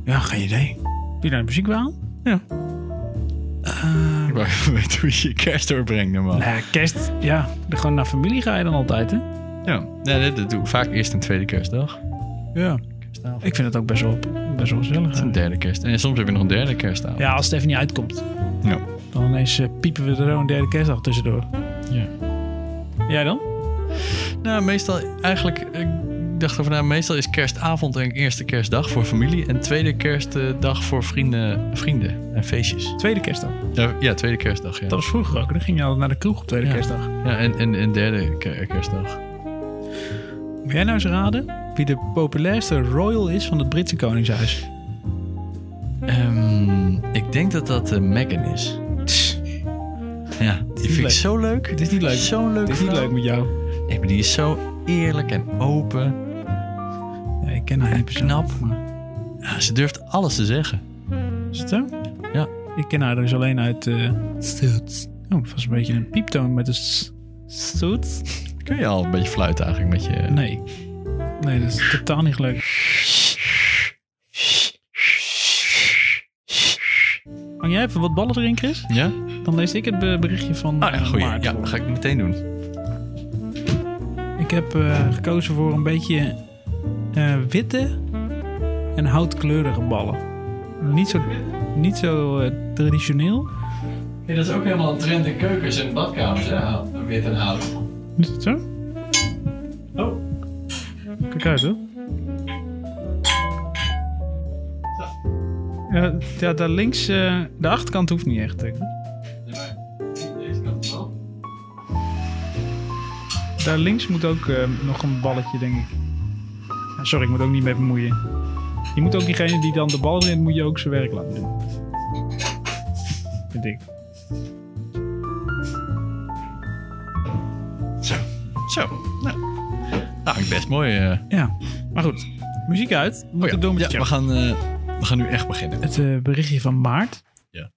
Speaker 2: Ja, geen idee. Doe je nou de muziek wel aan?
Speaker 1: Ja.
Speaker 2: Eh,
Speaker 1: Ik wou even weten hoe je je kerst doorbrengt normaal.
Speaker 2: nou ja, kerst. Ja, gewoon naar familie ga je dan altijd, hè?
Speaker 1: Ja, nee, dat, dat doe ik vaak eerst en tweede kerstdag.
Speaker 2: Ja.
Speaker 1: Kerstavond.
Speaker 2: Ik vind het ook best wel, best wel gezellig.
Speaker 1: Een derde kerst. En soms heb je nog een derde kerstavond.
Speaker 2: Ja, als het even niet uitkomt.
Speaker 1: Ja.
Speaker 2: Dan ineens eh, piepen we er zo een derde kerstdag tussendoor.
Speaker 1: Ja.
Speaker 2: Jij dan?
Speaker 1: Nou, meestal eigenlijk... eh, Ik dacht over na, meestal is kerstavond en eerste kerstdag voor familie. En tweede kerstdag voor vrienden, vrienden en feestjes.
Speaker 2: Tweede kerstdag.
Speaker 1: Ja, ja, tweede kerstdag, ja.
Speaker 2: Dat was vroeger ook. Dan ging je al naar de kroeg op tweede
Speaker 1: Ja.
Speaker 2: kerstdag.
Speaker 1: ja en, en, en derde ke- kerstdag.
Speaker 2: Wil jij nou eens raden wie de populairste royal is van het Britse koningshuis?
Speaker 1: Ehm, ik denk dat dat eh, Megan is. Ja, die
Speaker 2: niet
Speaker 1: vind ik
Speaker 2: leuk.
Speaker 1: zo leuk.
Speaker 2: Dit is niet leuk.
Speaker 1: Zo'n leuk
Speaker 2: Dit is niet
Speaker 1: vrouw.
Speaker 2: leuk met jou.
Speaker 1: Nee, maar die is zo eerlijk en open.
Speaker 2: Ja, ik ken haar niet persoonlijk.
Speaker 1: knap.
Speaker 2: Maar...
Speaker 1: Ja, ze durft alles te zeggen.
Speaker 2: Is het zo?
Speaker 1: Ja.
Speaker 2: Ik ken haar dus alleen uit... eh Suits. Oh, dat was een beetje een pieptoon met een... s- Suits?
Speaker 1: Kun je eh? al een beetje fluiten eigenlijk met je...
Speaker 2: Nee. Nee, dat is totaal niet leuk. Hang jij even wat ballen erin, Chris?
Speaker 1: Ja?
Speaker 2: Dan lees ik het be- berichtje van
Speaker 1: Ah Oh, ja,
Speaker 2: eh,
Speaker 1: goeie. Ja,
Speaker 2: Maarten voor.
Speaker 1: dat ga ik meteen doen.
Speaker 2: Ik heb eh, gekozen voor een beetje eh, witte en houtkleurige ballen. Niet zo, niet zo eh, traditioneel.
Speaker 1: dat is ook helemaal een trend in keukens en badkamers, wit en hout.
Speaker 2: Is het zo?
Speaker 3: Oh,
Speaker 2: Kijk uit, hoor. Ja, ja, daar links, eh, de achterkant hoeft niet echt. eh.
Speaker 1: Deze kant wel.
Speaker 2: Daar links moet ook eh, nog een balletje, denk ik. Ja, sorry, ik moet ook niet mee bemoeien. Je moet ook diegene die dan de bal erin, moet je ook zijn werk laten doen. Vind ik.
Speaker 1: Zo. Zo. Nou, nou vind ik best mooi. eh.
Speaker 2: Ja, maar goed. Muziek uit. We moeten
Speaker 1: Oh
Speaker 2: door met
Speaker 1: ja,
Speaker 2: de
Speaker 1: ja,
Speaker 2: chat.
Speaker 1: we, gaan, eh, we gaan nu echt beginnen.
Speaker 2: Het eh, berichtje van maart.
Speaker 1: Ja.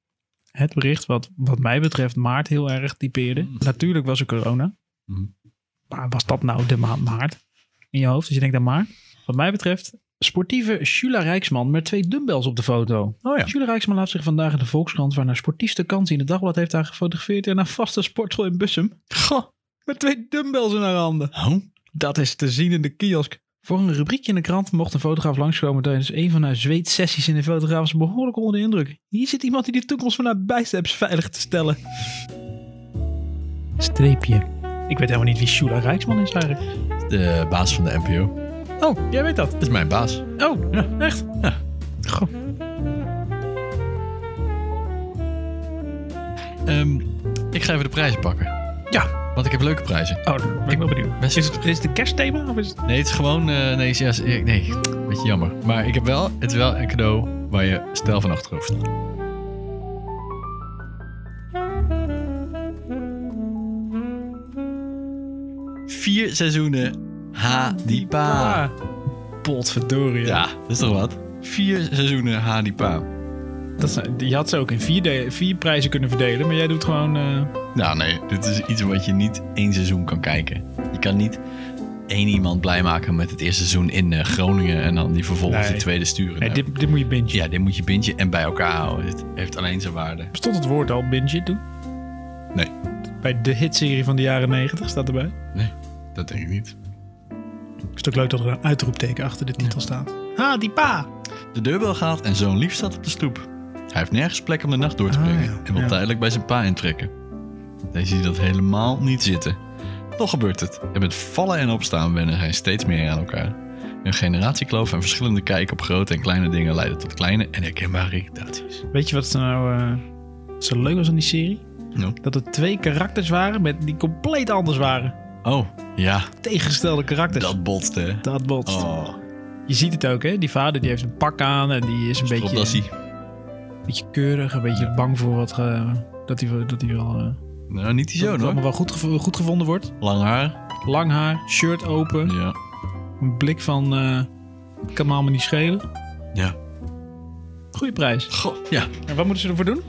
Speaker 2: Het bericht wat, wat mij betreft maart heel erg typeerde.
Speaker 1: Mm.
Speaker 2: Natuurlijk was er corona.
Speaker 1: Mhm.
Speaker 2: Maar was dat nou de maand maart in je hoofd? Dus je denkt aan maart. Wat mij betreft sportieve Jula Rijksman met twee dumbbells op de foto.
Speaker 1: Oh ja.
Speaker 2: Jule Rijksman laat zich vandaag in de Volkskrant, waar naar sportiefste kans in het dagblad heeft haar gefotografeerd en haar vaste sportschool in Bussum. Goh, met twee dumbbells in haar handen.
Speaker 1: Oh,
Speaker 2: Dat is te zien in de kiosk. Voor een rubriekje in de krant mocht een fotograaf langskomen tijdens een van haar zweetsessies en de fotograaf was behoorlijk onder de indruk. Hier zit iemand die de toekomst van haar biceps veilig te stellen. Streepje. Ik weet helemaal niet wie Shula Rijksman is eigenlijk.
Speaker 1: de baas van de NPO.
Speaker 2: Oh, jij weet dat.
Speaker 1: Dat is mijn baas.
Speaker 2: Oh, ja, echt?
Speaker 1: Ja.
Speaker 2: Goh.
Speaker 1: Ehm, ik ga even de prijzen pakken.
Speaker 2: Ja.
Speaker 1: Want ik heb leuke prijzen.
Speaker 2: Oh, dan ben ik wel benieuwd.
Speaker 1: Best-
Speaker 2: Is het, is het een kerstthema? Of is het...
Speaker 1: Nee, het is gewoon... eh, nee, ja, nee, nee, beetje jammer. Maar ik heb wel, het is wel een cadeau waar je stijl van achterover staat. Vier seizoenen Hadipa.
Speaker 2: Ah, Potverdorie.
Speaker 1: Ja, dat is toch wat? Vier seizoenen Hadipa.
Speaker 2: Dat zijn- je had ze ook in vier, de- vier prijzen kunnen verdelen, maar jij doet gewoon... eh,
Speaker 1: Nou nee, dit is iets wat je niet één seizoen kan kijken. Je kan niet één iemand blij maken met het eerste seizoen in eh, Groningen... en dan die vervolgens
Speaker 2: Nee.
Speaker 1: de tweede sturen.
Speaker 2: Nee,
Speaker 1: Nou,
Speaker 2: dit, dit moet je bingen.
Speaker 1: Ja, dit moet je bintje en bij elkaar houden. Dit heeft alleen zijn waarde.
Speaker 2: Bestond het woord al bingen toen?
Speaker 1: Nee.
Speaker 2: Bij de hitserie van de jaren 90 staat erbij.
Speaker 1: Dat denk ik niet.
Speaker 2: Het is ook leuk dat er een uitroepteken achter de titel staat. Ha, Ah, die pa!
Speaker 1: De deurbel gaat en zoon lief staat op de stoep. Hij heeft nergens plek om de nacht door te
Speaker 2: Ah,
Speaker 1: brengen
Speaker 2: ja.
Speaker 1: en wil
Speaker 2: Ja.
Speaker 1: tijdelijk bij zijn pa intrekken. Deze ziet dat helemaal niet zitten. Toch gebeurt het. En met vallen en opstaan wennen zij steeds meer aan elkaar. Een generatiekloof en verschillende kijk op grote en kleine dingen leiden tot kleine en herkenbare irritaties.
Speaker 2: Weet je wat er nou eh, zo leuk was aan die serie?
Speaker 1: Nou.
Speaker 2: Dat er twee karakters waren met, die compleet anders waren.
Speaker 1: Oh, ja,
Speaker 2: Tegengestelde karakters.
Speaker 1: dat botste. hè?
Speaker 2: Dat botst.
Speaker 1: Oh,
Speaker 2: Je ziet het ook, hè? Die vader die heeft een pak aan en die is een beetje,
Speaker 1: stropdassie.
Speaker 2: beetje keurig, een beetje bang voor wat... eh, dat hij dat hij wel, eh,
Speaker 1: Nou, niet die
Speaker 2: dat
Speaker 1: zoon
Speaker 2: het
Speaker 1: hoor.
Speaker 2: allemaal wel goed, gevo- goed gevonden wordt.
Speaker 1: Lang haar.
Speaker 2: Lang haar, shirt open.
Speaker 1: Ja.
Speaker 2: Een blik van, eh kan me allemaal niet schelen.
Speaker 1: Ja.
Speaker 2: Goeie prijs.
Speaker 1: Goh, ja.
Speaker 2: En wat moeten ze ervoor doen?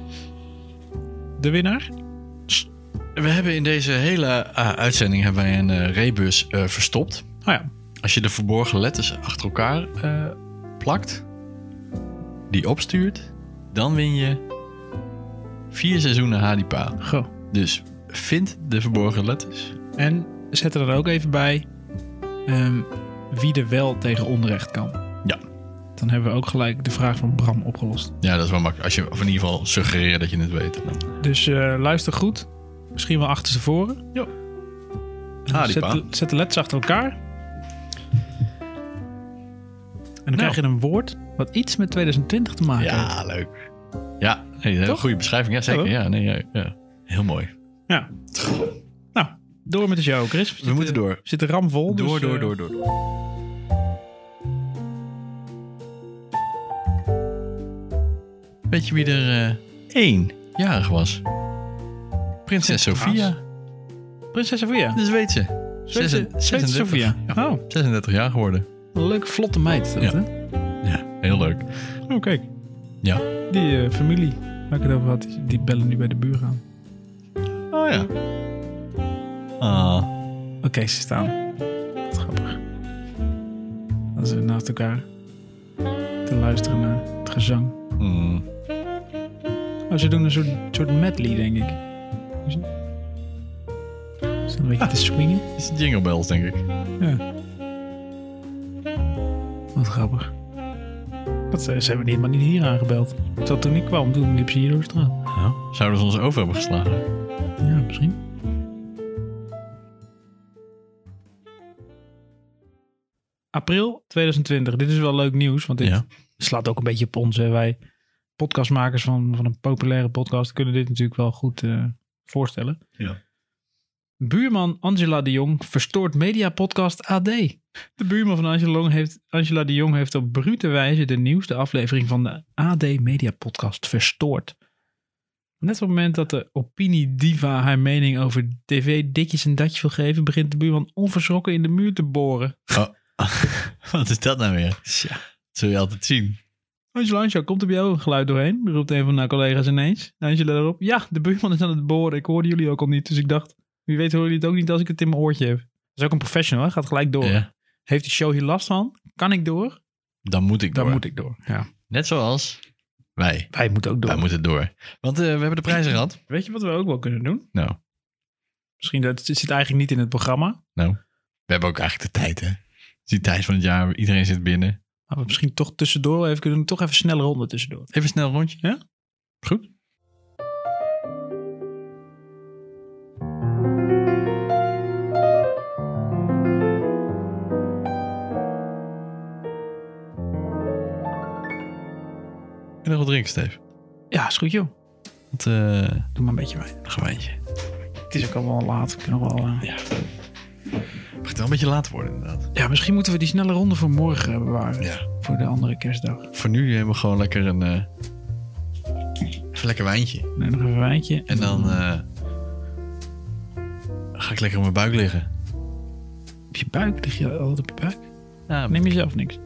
Speaker 2: De winnaar?
Speaker 1: We hebben in deze hele eh, uitzending hebben wij een eh, rebus eh, verstopt.
Speaker 2: Oh ja,
Speaker 1: Als je de verborgen letters achter elkaar eh, plakt, die opstuurt, dan win je vier seizoenen Hadipa.
Speaker 2: go.
Speaker 1: Dus vind de verborgen letters.
Speaker 2: En zet er dan ook even bij ehm, wie er wel tegen onrecht kan.
Speaker 1: Ja.
Speaker 2: Dan hebben we ook gelijk de vraag van Bram opgelost.
Speaker 1: Ja, dat is wel makkelijk. Als je of in ieder geval suggereert dat je het weet. Dan.
Speaker 2: Dus eh, luister goed. Misschien wel achter tevoren.
Speaker 1: Ja.
Speaker 2: En
Speaker 1: Haripa.
Speaker 2: Zet de, zet de letters achter elkaar. En dan krijg je een woord wat iets met 2020 te maken heeft.
Speaker 1: Nou. Ja, leuk. Ja, hey, een
Speaker 2: Toch?
Speaker 1: goede beschrijving. Ja, zeker. Ja, nee, ja, ja. Heel mooi.
Speaker 2: Ja. Nou, door met de show, Chris. eh, We, zitten-
Speaker 1: moeten door.
Speaker 2: We zitten ramvol.
Speaker 1: Door,
Speaker 2: dus,
Speaker 1: door,
Speaker 2: eh,
Speaker 1: door, door. Weet je wie er eh één jarig was? Prinses Sofia.
Speaker 2: Prinses Sofia.
Speaker 1: De Zweedse.
Speaker 2: Zweedse,
Speaker 1: Zesen-
Speaker 2: Zweedse
Speaker 1: 36.
Speaker 2: Sofia.
Speaker 1: Ja.
Speaker 2: Oh,
Speaker 1: 36 jaar geworden.
Speaker 2: een leuke vlotte meid. is Dat,
Speaker 1: Ja.
Speaker 2: hè?
Speaker 1: Ja, heel leuk.
Speaker 2: Oh, kijk.
Speaker 1: Ja.
Speaker 2: Die eh, familie waar ik het over had, die- die bellen nu bij de buur aan.
Speaker 1: Oh ja. Ah,
Speaker 2: Oké, ze staan. Wat grappig. Dan ze naast elkaar te luisteren naar het gezang.
Speaker 1: Hmm.
Speaker 2: Oh, ze doen een soort, soort medley, denk ik. Is het- Is het een beetje te swingen?
Speaker 1: Het is Jingle Bells, denk ik.
Speaker 2: Ja. Wat grappig. Dat, ze, ze hebben niet, maar niet hier aangebeld. Tot toen ik kwam, toen liep ze hier door de straat.
Speaker 1: Ja. Zouden ze ons over hebben geslagen?
Speaker 2: Ja, misschien. April 2020. Dit is wel leuk nieuws, want dit
Speaker 1: Ja.
Speaker 2: slaat ook een beetje op ons. Hè. Wij podcastmakers van, van een populaire podcast kunnen dit natuurlijk wel goed eh, voorstellen.
Speaker 3: Ja.
Speaker 2: Buurman Angela de Jong verstoort media podcast AD. De buurman van Angela, Long heeft, Angela de Jong heeft op brute wijze de nieuwste aflevering van de AD Media Podcast verstoord. Net op het moment dat de opinie-diva haar mening over tv ditjes en datjes wil geven, begint de buurman onverschrokken in de muur te boren.
Speaker 1: Wat is dat nou weer? Tja. Dat zul je altijd zien.
Speaker 2: Angela, Angela, komt er bij jou een geluid doorheen? roept een van haar collega's ineens. Angela erop. Ja, de buurman is aan het boren. Ik hoorde jullie ook al niet, dus ik dacht, wie weet horen jullie het ook niet als ik het in mijn oortje heb. Dat is ook een professional, hè? gaat gelijk door.
Speaker 1: Ja.
Speaker 2: Heeft de show hier last van? Kan ik door?
Speaker 1: Dan moet ik
Speaker 2: Dan
Speaker 1: door.
Speaker 2: moet ik door. Ja.
Speaker 1: Net zoals wij.
Speaker 2: Wij moeten ook door.
Speaker 1: Wij moeten door. Want eh, we hebben de prijzen gehad.
Speaker 2: Weet je wat we ook wel kunnen doen?
Speaker 1: Nou,
Speaker 2: Misschien dat het zit eigenlijk niet in het programma,
Speaker 1: we hebben ook eigenlijk de tijd, hè? Het is die tijd van het jaar, iedereen zit binnen.
Speaker 2: maar we misschien toch tussendoor wel even kunnen doen. Toch even snelle ronde tussendoor.
Speaker 1: Even snel een rondje.
Speaker 2: Ja?
Speaker 1: Goed. En nog wat drinken, Steve.
Speaker 2: Ja, is goed joh.
Speaker 1: Want, eh,
Speaker 2: Doe maar een beetje mee.
Speaker 1: nog een wijntje.
Speaker 2: Het is ook al wel laat. Ik kan nog wel, eh,
Speaker 1: Ja. Het gaat wel een beetje laat worden, inderdaad.
Speaker 2: Ja, misschien moeten we die snelle ronde voor morgen bewaren.
Speaker 1: Ja.
Speaker 2: Voor de andere kerstdag.
Speaker 1: Voor nu hebben we gewoon lekker een... eh, even lekker wijntje.
Speaker 2: Nee, nog even een wijntje.
Speaker 1: En dan eh, ga ik lekker op mijn buik liggen.
Speaker 2: Op je buik. Lig je altijd op je buik?
Speaker 1: Ja,
Speaker 2: Neem je zelf niks.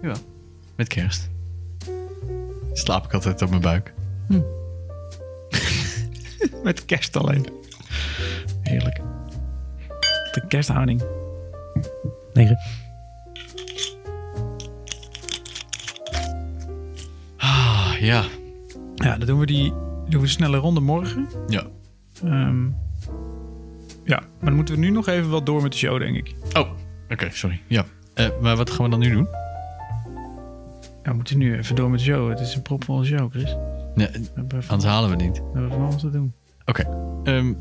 Speaker 1: met kerst. Slaap ik altijd op mijn buik.
Speaker 2: Met kerst alleen.
Speaker 1: Heerlijk.
Speaker 2: De kersthouding. Negen.
Speaker 1: Ah, ja.
Speaker 2: Ja, dan doen we die doen we de snelle ronde morgen.
Speaker 1: Ja.
Speaker 2: Ehm, ja, maar dan moeten we nu nog even wat door met de show, denk ik.
Speaker 1: Oh, oké, sorry. Ja. Eh, maar wat gaan we dan nu doen?
Speaker 2: Ja, we moeten nu even door met de show. Het is een propvolle show, Chris. We
Speaker 1: Nee,
Speaker 2: hebben van,
Speaker 1: anders halen we het niet.
Speaker 2: we hebben van alles te doen.
Speaker 1: Oké. Ehm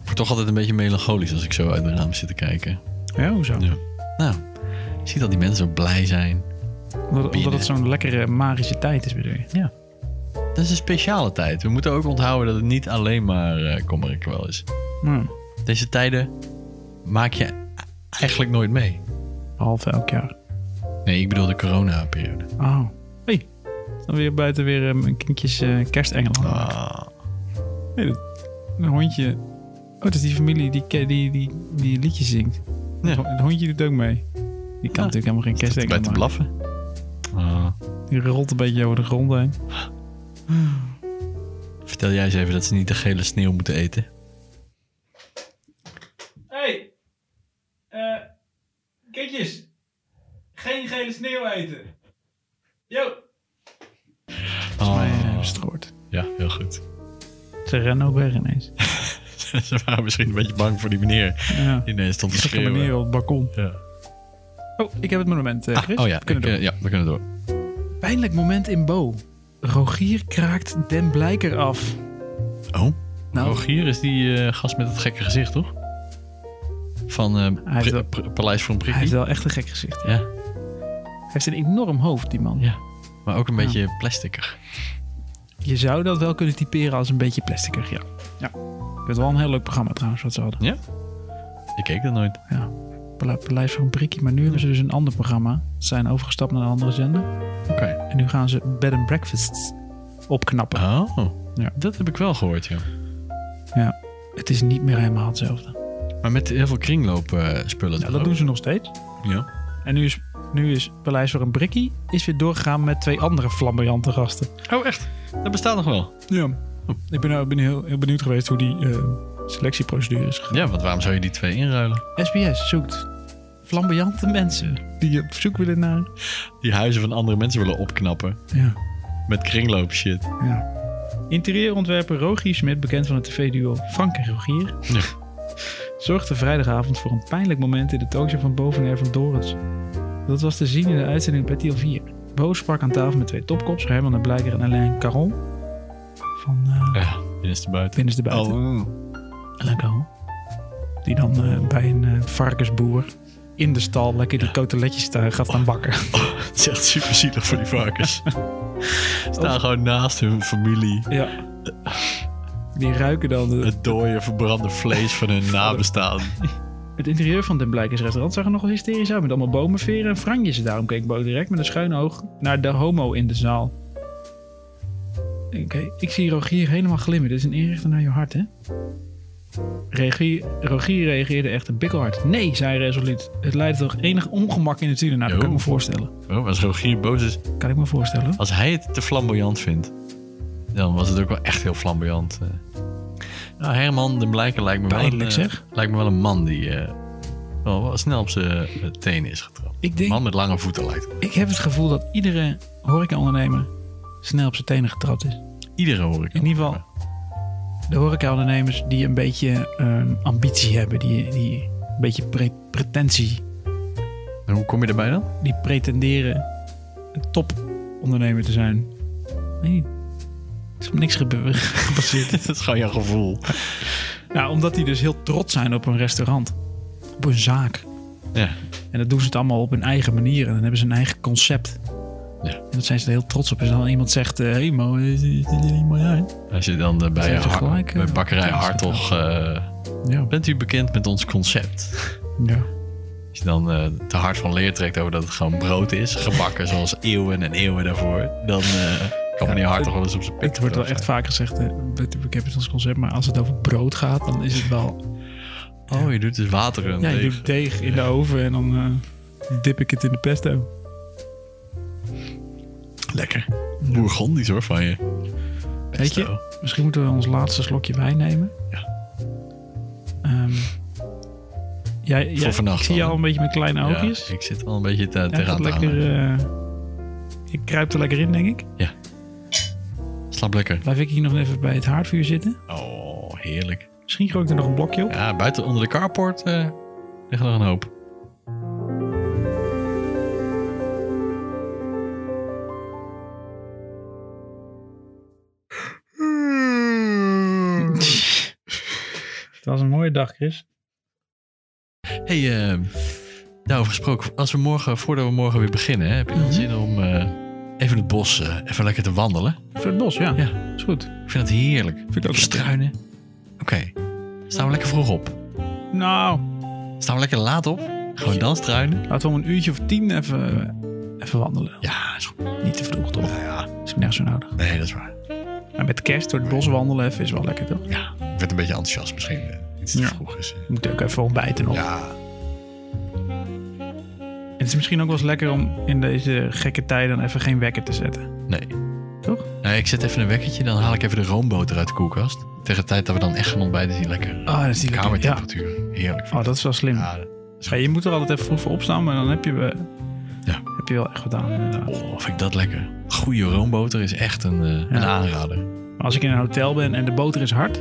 Speaker 1: ik word toch altijd een beetje melancholisch als ik zo uit mijn raam zit te kijken.
Speaker 2: Ja, hoezo?
Speaker 1: Ja. Nou, je ziet dat die mensen zo blij zijn.
Speaker 2: Omdat, omdat het zo'n lekkere magische tijd is, bedoel je?
Speaker 1: Dat is een speciale tijd. We moeten ook onthouden dat het niet alleen maar eh kommer en kwel is.
Speaker 2: Ja.
Speaker 1: Deze tijden maak je eigenlijk nooit mee.
Speaker 2: Behalve elk jaar.
Speaker 1: Nee, ik bedoel de corona-periode.
Speaker 2: Oh. Hey. Dan weer buiten weer ehm, een kindjes eh, kerstengelen.
Speaker 1: Ah,
Speaker 2: Hey, dat- een hondje. Oh, dat is die familie die, ke- die, die, die liedjes zingt.
Speaker 1: Ja.
Speaker 2: Het ho- Het hondje doet ook mee. Die kan
Speaker 1: Ja.
Speaker 2: natuurlijk helemaal geen
Speaker 1: is dat
Speaker 2: kerstengel
Speaker 1: bij te
Speaker 2: maken.
Speaker 1: blaffen? Ah.
Speaker 2: Die rolt een beetje over de grond heen.
Speaker 1: vertel jij eens even dat ze niet de gele sneeuw moeten eten.
Speaker 3: hey, eh, kindjes. Geen gele sneeuw eten. Yo.
Speaker 2: Volgens mij eh,
Speaker 1: Ah,
Speaker 2: hebben ze het gehoord.
Speaker 1: Ja, heel goed.
Speaker 2: Ze rennen ook weg ineens.
Speaker 1: ze waren misschien een beetje bang voor die meneer
Speaker 2: Ja.
Speaker 1: die ineens stond te
Speaker 2: Gekke
Speaker 1: schreeuwen.
Speaker 2: manier op het balkon.
Speaker 1: Ja.
Speaker 2: Oh, ik heb het monument, eh, Chris.
Speaker 1: Oh ja,
Speaker 2: We kunnen
Speaker 1: ik, eh,
Speaker 2: door.
Speaker 1: ja, we kunnen door.
Speaker 2: Pijnlijk moment in Bo. Rogier kraakt Den Blijker af.
Speaker 1: Oh,
Speaker 2: Nou,
Speaker 1: Rogier is die eh, gast met het gekke gezicht, toch? Van eh,
Speaker 2: Hij is
Speaker 1: Pri-
Speaker 2: wel-
Speaker 1: Pri- Paleis voor een
Speaker 2: hij heeft
Speaker 1: Prikkie.
Speaker 2: wel echt een gek gezicht.
Speaker 1: Ja.
Speaker 2: Hij heeft een enorm hoofd, die man.
Speaker 1: Ja. Maar ook een beetje plasticig.
Speaker 2: Je zou dat wel kunnen typeren als een beetje plasticig, ja. Ja. Ik vind het wel een heel leuk programma trouwens, wat ze hadden.
Speaker 1: Ik keek dat nooit.
Speaker 2: Pala- Paleis van Brikkie, maar nu hebben ze dus een ander programma. Ze zijn overgestapt naar een andere zender.
Speaker 1: Oké.
Speaker 2: En nu gaan ze bed and breakfasts opknappen.
Speaker 1: Oh,
Speaker 2: Ja.
Speaker 1: dat heb ik wel gehoord, ja.
Speaker 2: Het is niet meer helemaal hetzelfde.
Speaker 1: Maar met heel veel kringloopspullen.
Speaker 2: Ja, dat doen ze nog steeds.
Speaker 1: Ja.
Speaker 2: En nu is, nu is Paleis van Brikkie is weer doorgegaan met twee andere flamboyante gasten.
Speaker 1: Oh, echt? Dat bestaat nog wel.
Speaker 2: Ja. Ik ben, nou- ben heel, heel benieuwd geweest hoe die eh, selectieprocedure is gegaan.
Speaker 1: Ja, want waarom zou je die twee inruilen?
Speaker 2: SBS zoekt flamboyante mensen die op zoek willen naar...
Speaker 1: Die huizen van andere mensen willen opknappen.
Speaker 2: Ja,
Speaker 1: Met kringloop shit.
Speaker 2: ja. Interieurontwerper Rogier Smit, bekend van het tv-duo Frank en Rogier...
Speaker 1: Ja.
Speaker 2: zorgde vrijdagavond voor een pijnlijk moment in de talkshow van Bovenair van Dorens. Dat was te zien in de uitzending op RTL 4. Bo sprak aan tafel met twee topkops, Herman de Blijker en Alain Caron. Van eh
Speaker 1: Ja, binnenste buiten.
Speaker 2: Binnenste Buiten.
Speaker 1: Oh.
Speaker 2: Alain Caron. Die dan eh, bij een eh, varkensboer in de stal lekker die koteletjes daar gaat gaan bakken.
Speaker 1: Het is echt super zielig voor die varkens. Staan gewoon naast hun familie.
Speaker 2: Ja. Die ruiken dan. De,
Speaker 1: Het dooie, verbrande vlees van hun nabestaanden.
Speaker 2: het interieur van Den Blijkers restaurant zag er nogal hysterisch uit. Met allemaal bomenveren en franjes. Daarom keek Bo direct met een schuin oog naar de homo in de zaal. Oké, ik zie Rogier helemaal glimmen. Dit is een inrichter naar je hart, hè? Regie, Rogier reageerde echt een bikkelhard. Nee, zei hij resoluut. Het leidde toch enig ongemak in de tuin. Nou, dat kan ik me
Speaker 1: Jo.
Speaker 2: voorstellen.
Speaker 1: Oh, als Rogier boos is,
Speaker 2: Kan ik me voorstellen.
Speaker 1: als hij het te flamboyant vindt, dan was het ook wel echt heel flamboyant. eh. Nou, Herman de Blijker lijkt me, wel een,
Speaker 2: Pijnlijk,
Speaker 1: eh,
Speaker 2: zeg.
Speaker 1: lijkt me wel een man die eh, wel, wel snel op zijn eh, tenen is getrapt.
Speaker 2: Ik
Speaker 1: Een
Speaker 2: denk
Speaker 1: man met lange voeten lijkt me.
Speaker 2: Ik heb het gevoel dat iedere horecaondernemer snel op zijn tenen getrapt is.
Speaker 1: Iedere hoor ik.
Speaker 2: In ieder geval de horecaondernemers die een beetje ehm, ambitie hebben. Die, die een beetje pre- pretentie.
Speaker 1: En hoe kom je erbij dan?
Speaker 2: Die pretenderen een topondernemer te zijn. Nee, het is op niks gebe- gebaseerd.
Speaker 1: Dit is gewoon jouw gevoel.
Speaker 2: nou, omdat die dus heel trots zijn op hun restaurant. Op hun zaak.
Speaker 1: Ja.
Speaker 2: En dat doen ze het allemaal op hun eigen manier. En dan hebben ze een eigen concept.
Speaker 1: Ja.
Speaker 2: En dat zijn ze er heel trots op. En als dan iemand zegt, eh, hey Mo, eh, ziet er niet mooi uit?
Speaker 1: Als je dan eh, bij,
Speaker 2: Zijn ze
Speaker 1: Har-
Speaker 2: gelijk, eh,
Speaker 1: bij bakkerij
Speaker 2: op de
Speaker 1: Hartog... eh,
Speaker 2: Ja.
Speaker 1: bent u bekend met ons concept?
Speaker 2: ja.
Speaker 1: Als je dan eh, te hard van leer trekt over dat het gewoon brood is... gebakken zoals eeuwen en eeuwen daarvoor... dan eh, kan meneer Hartog wel eens op zijn pik
Speaker 2: Het wordt wel
Speaker 1: getrapt
Speaker 2: echt vaak gezegd, eh, met de Capitals concept, maar als het over brood gaat, dan is het wel...
Speaker 1: Oh, je doet dus water in
Speaker 2: Ja, je
Speaker 1: deeg.
Speaker 2: doet deeg in de oven en dan eh, dip ik het in de pesto.
Speaker 1: Lekker. Bourgondisch hoor van je.
Speaker 2: Weet je? Misschien moeten we ons laatste slokje wijn nemen. Ja. jij, jij-
Speaker 1: vannacht
Speaker 2: Ik zie je
Speaker 1: dan.
Speaker 2: al een beetje met kleine
Speaker 1: Ja,
Speaker 2: oogjes.
Speaker 1: ik zit al een beetje te,
Speaker 2: Jij gaat
Speaker 1: tegenaan te
Speaker 2: lekker,
Speaker 1: hangen.
Speaker 2: eh, ik kruip er lekker in, denk ik.
Speaker 1: Slaap lekker.
Speaker 2: Blijf ik hier nog even bij het haardvuur zitten.
Speaker 1: Oh, heerlijk.
Speaker 2: Misschien gooi ik er nog een blokje op.
Speaker 1: Ja, buiten onder de carport eh ligt nog een hoop.
Speaker 2: Het was een mooie dag, Chris.
Speaker 1: Hey, eh, daarover gesproken. Als we morgen, voordat we morgen weer beginnen, hè, heb je dan
Speaker 2: Mhm.
Speaker 1: zin om eh, even het bos eh, even lekker te wandelen?
Speaker 2: Voor het bos, ja.
Speaker 1: Ja.
Speaker 2: Is goed.
Speaker 1: Ik vind het heerlijk. Vind
Speaker 2: ik ook lekker.
Speaker 1: Struinen. Oké, staan we lekker vroeg op.
Speaker 2: Nou,
Speaker 1: Staan we lekker laat op. Gewoon dan struinen.
Speaker 2: Laten we om een uurtje of tien even, eh, even wandelen.
Speaker 1: Ja, is goed.
Speaker 2: Niet te vroeg, toch?
Speaker 1: Nou ja,
Speaker 2: Is nergens zo nodig.
Speaker 1: nee, dat is waar.
Speaker 2: Maar Nou, met kerst door het bos wandelen even is wel lekker, toch?
Speaker 1: Ja, ik werd een beetje enthousiast misschien. eh, Iets te
Speaker 2: Ja.
Speaker 1: vroeg is. eh.
Speaker 2: Moet ook even ontbijten nog.
Speaker 1: Ja,
Speaker 2: En het is misschien ook wel eens lekker om in deze gekke tijden dan even geen wekker te zetten.
Speaker 1: nee.
Speaker 2: Toch?
Speaker 1: Nee, ik zet even een wekkertje, dan haal ik even de roomboter uit de koelkast. Tegen de tijd dat we dan echt gaan ontbijten, is die lekker.
Speaker 2: Oh, dat is die lekker. Ja.
Speaker 1: Kamertemperatuur. Heerlijk. vind
Speaker 2: Oh, dat is wel slim.
Speaker 1: ik. Ja, dat is
Speaker 2: Ja, je moet er altijd even vroeg voor opstaan, maar dan heb je, we-
Speaker 1: Ja.
Speaker 2: heb je wel echt gedaan, inderdaad.
Speaker 1: Oh, vind ik dat lekker. Goede roomboter is echt een, eh, een aanrader.
Speaker 2: Maar als ik in een hotel ben en de boter is hard,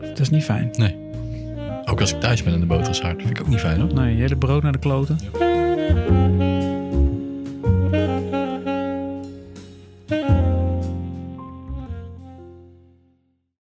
Speaker 2: dat is niet fijn.
Speaker 1: Ook als ik thuis ben en de boter is hard. Vind ik ook niet fijn hoor.
Speaker 2: Nee, je hele brood naar de kloten.
Speaker 1: Ja.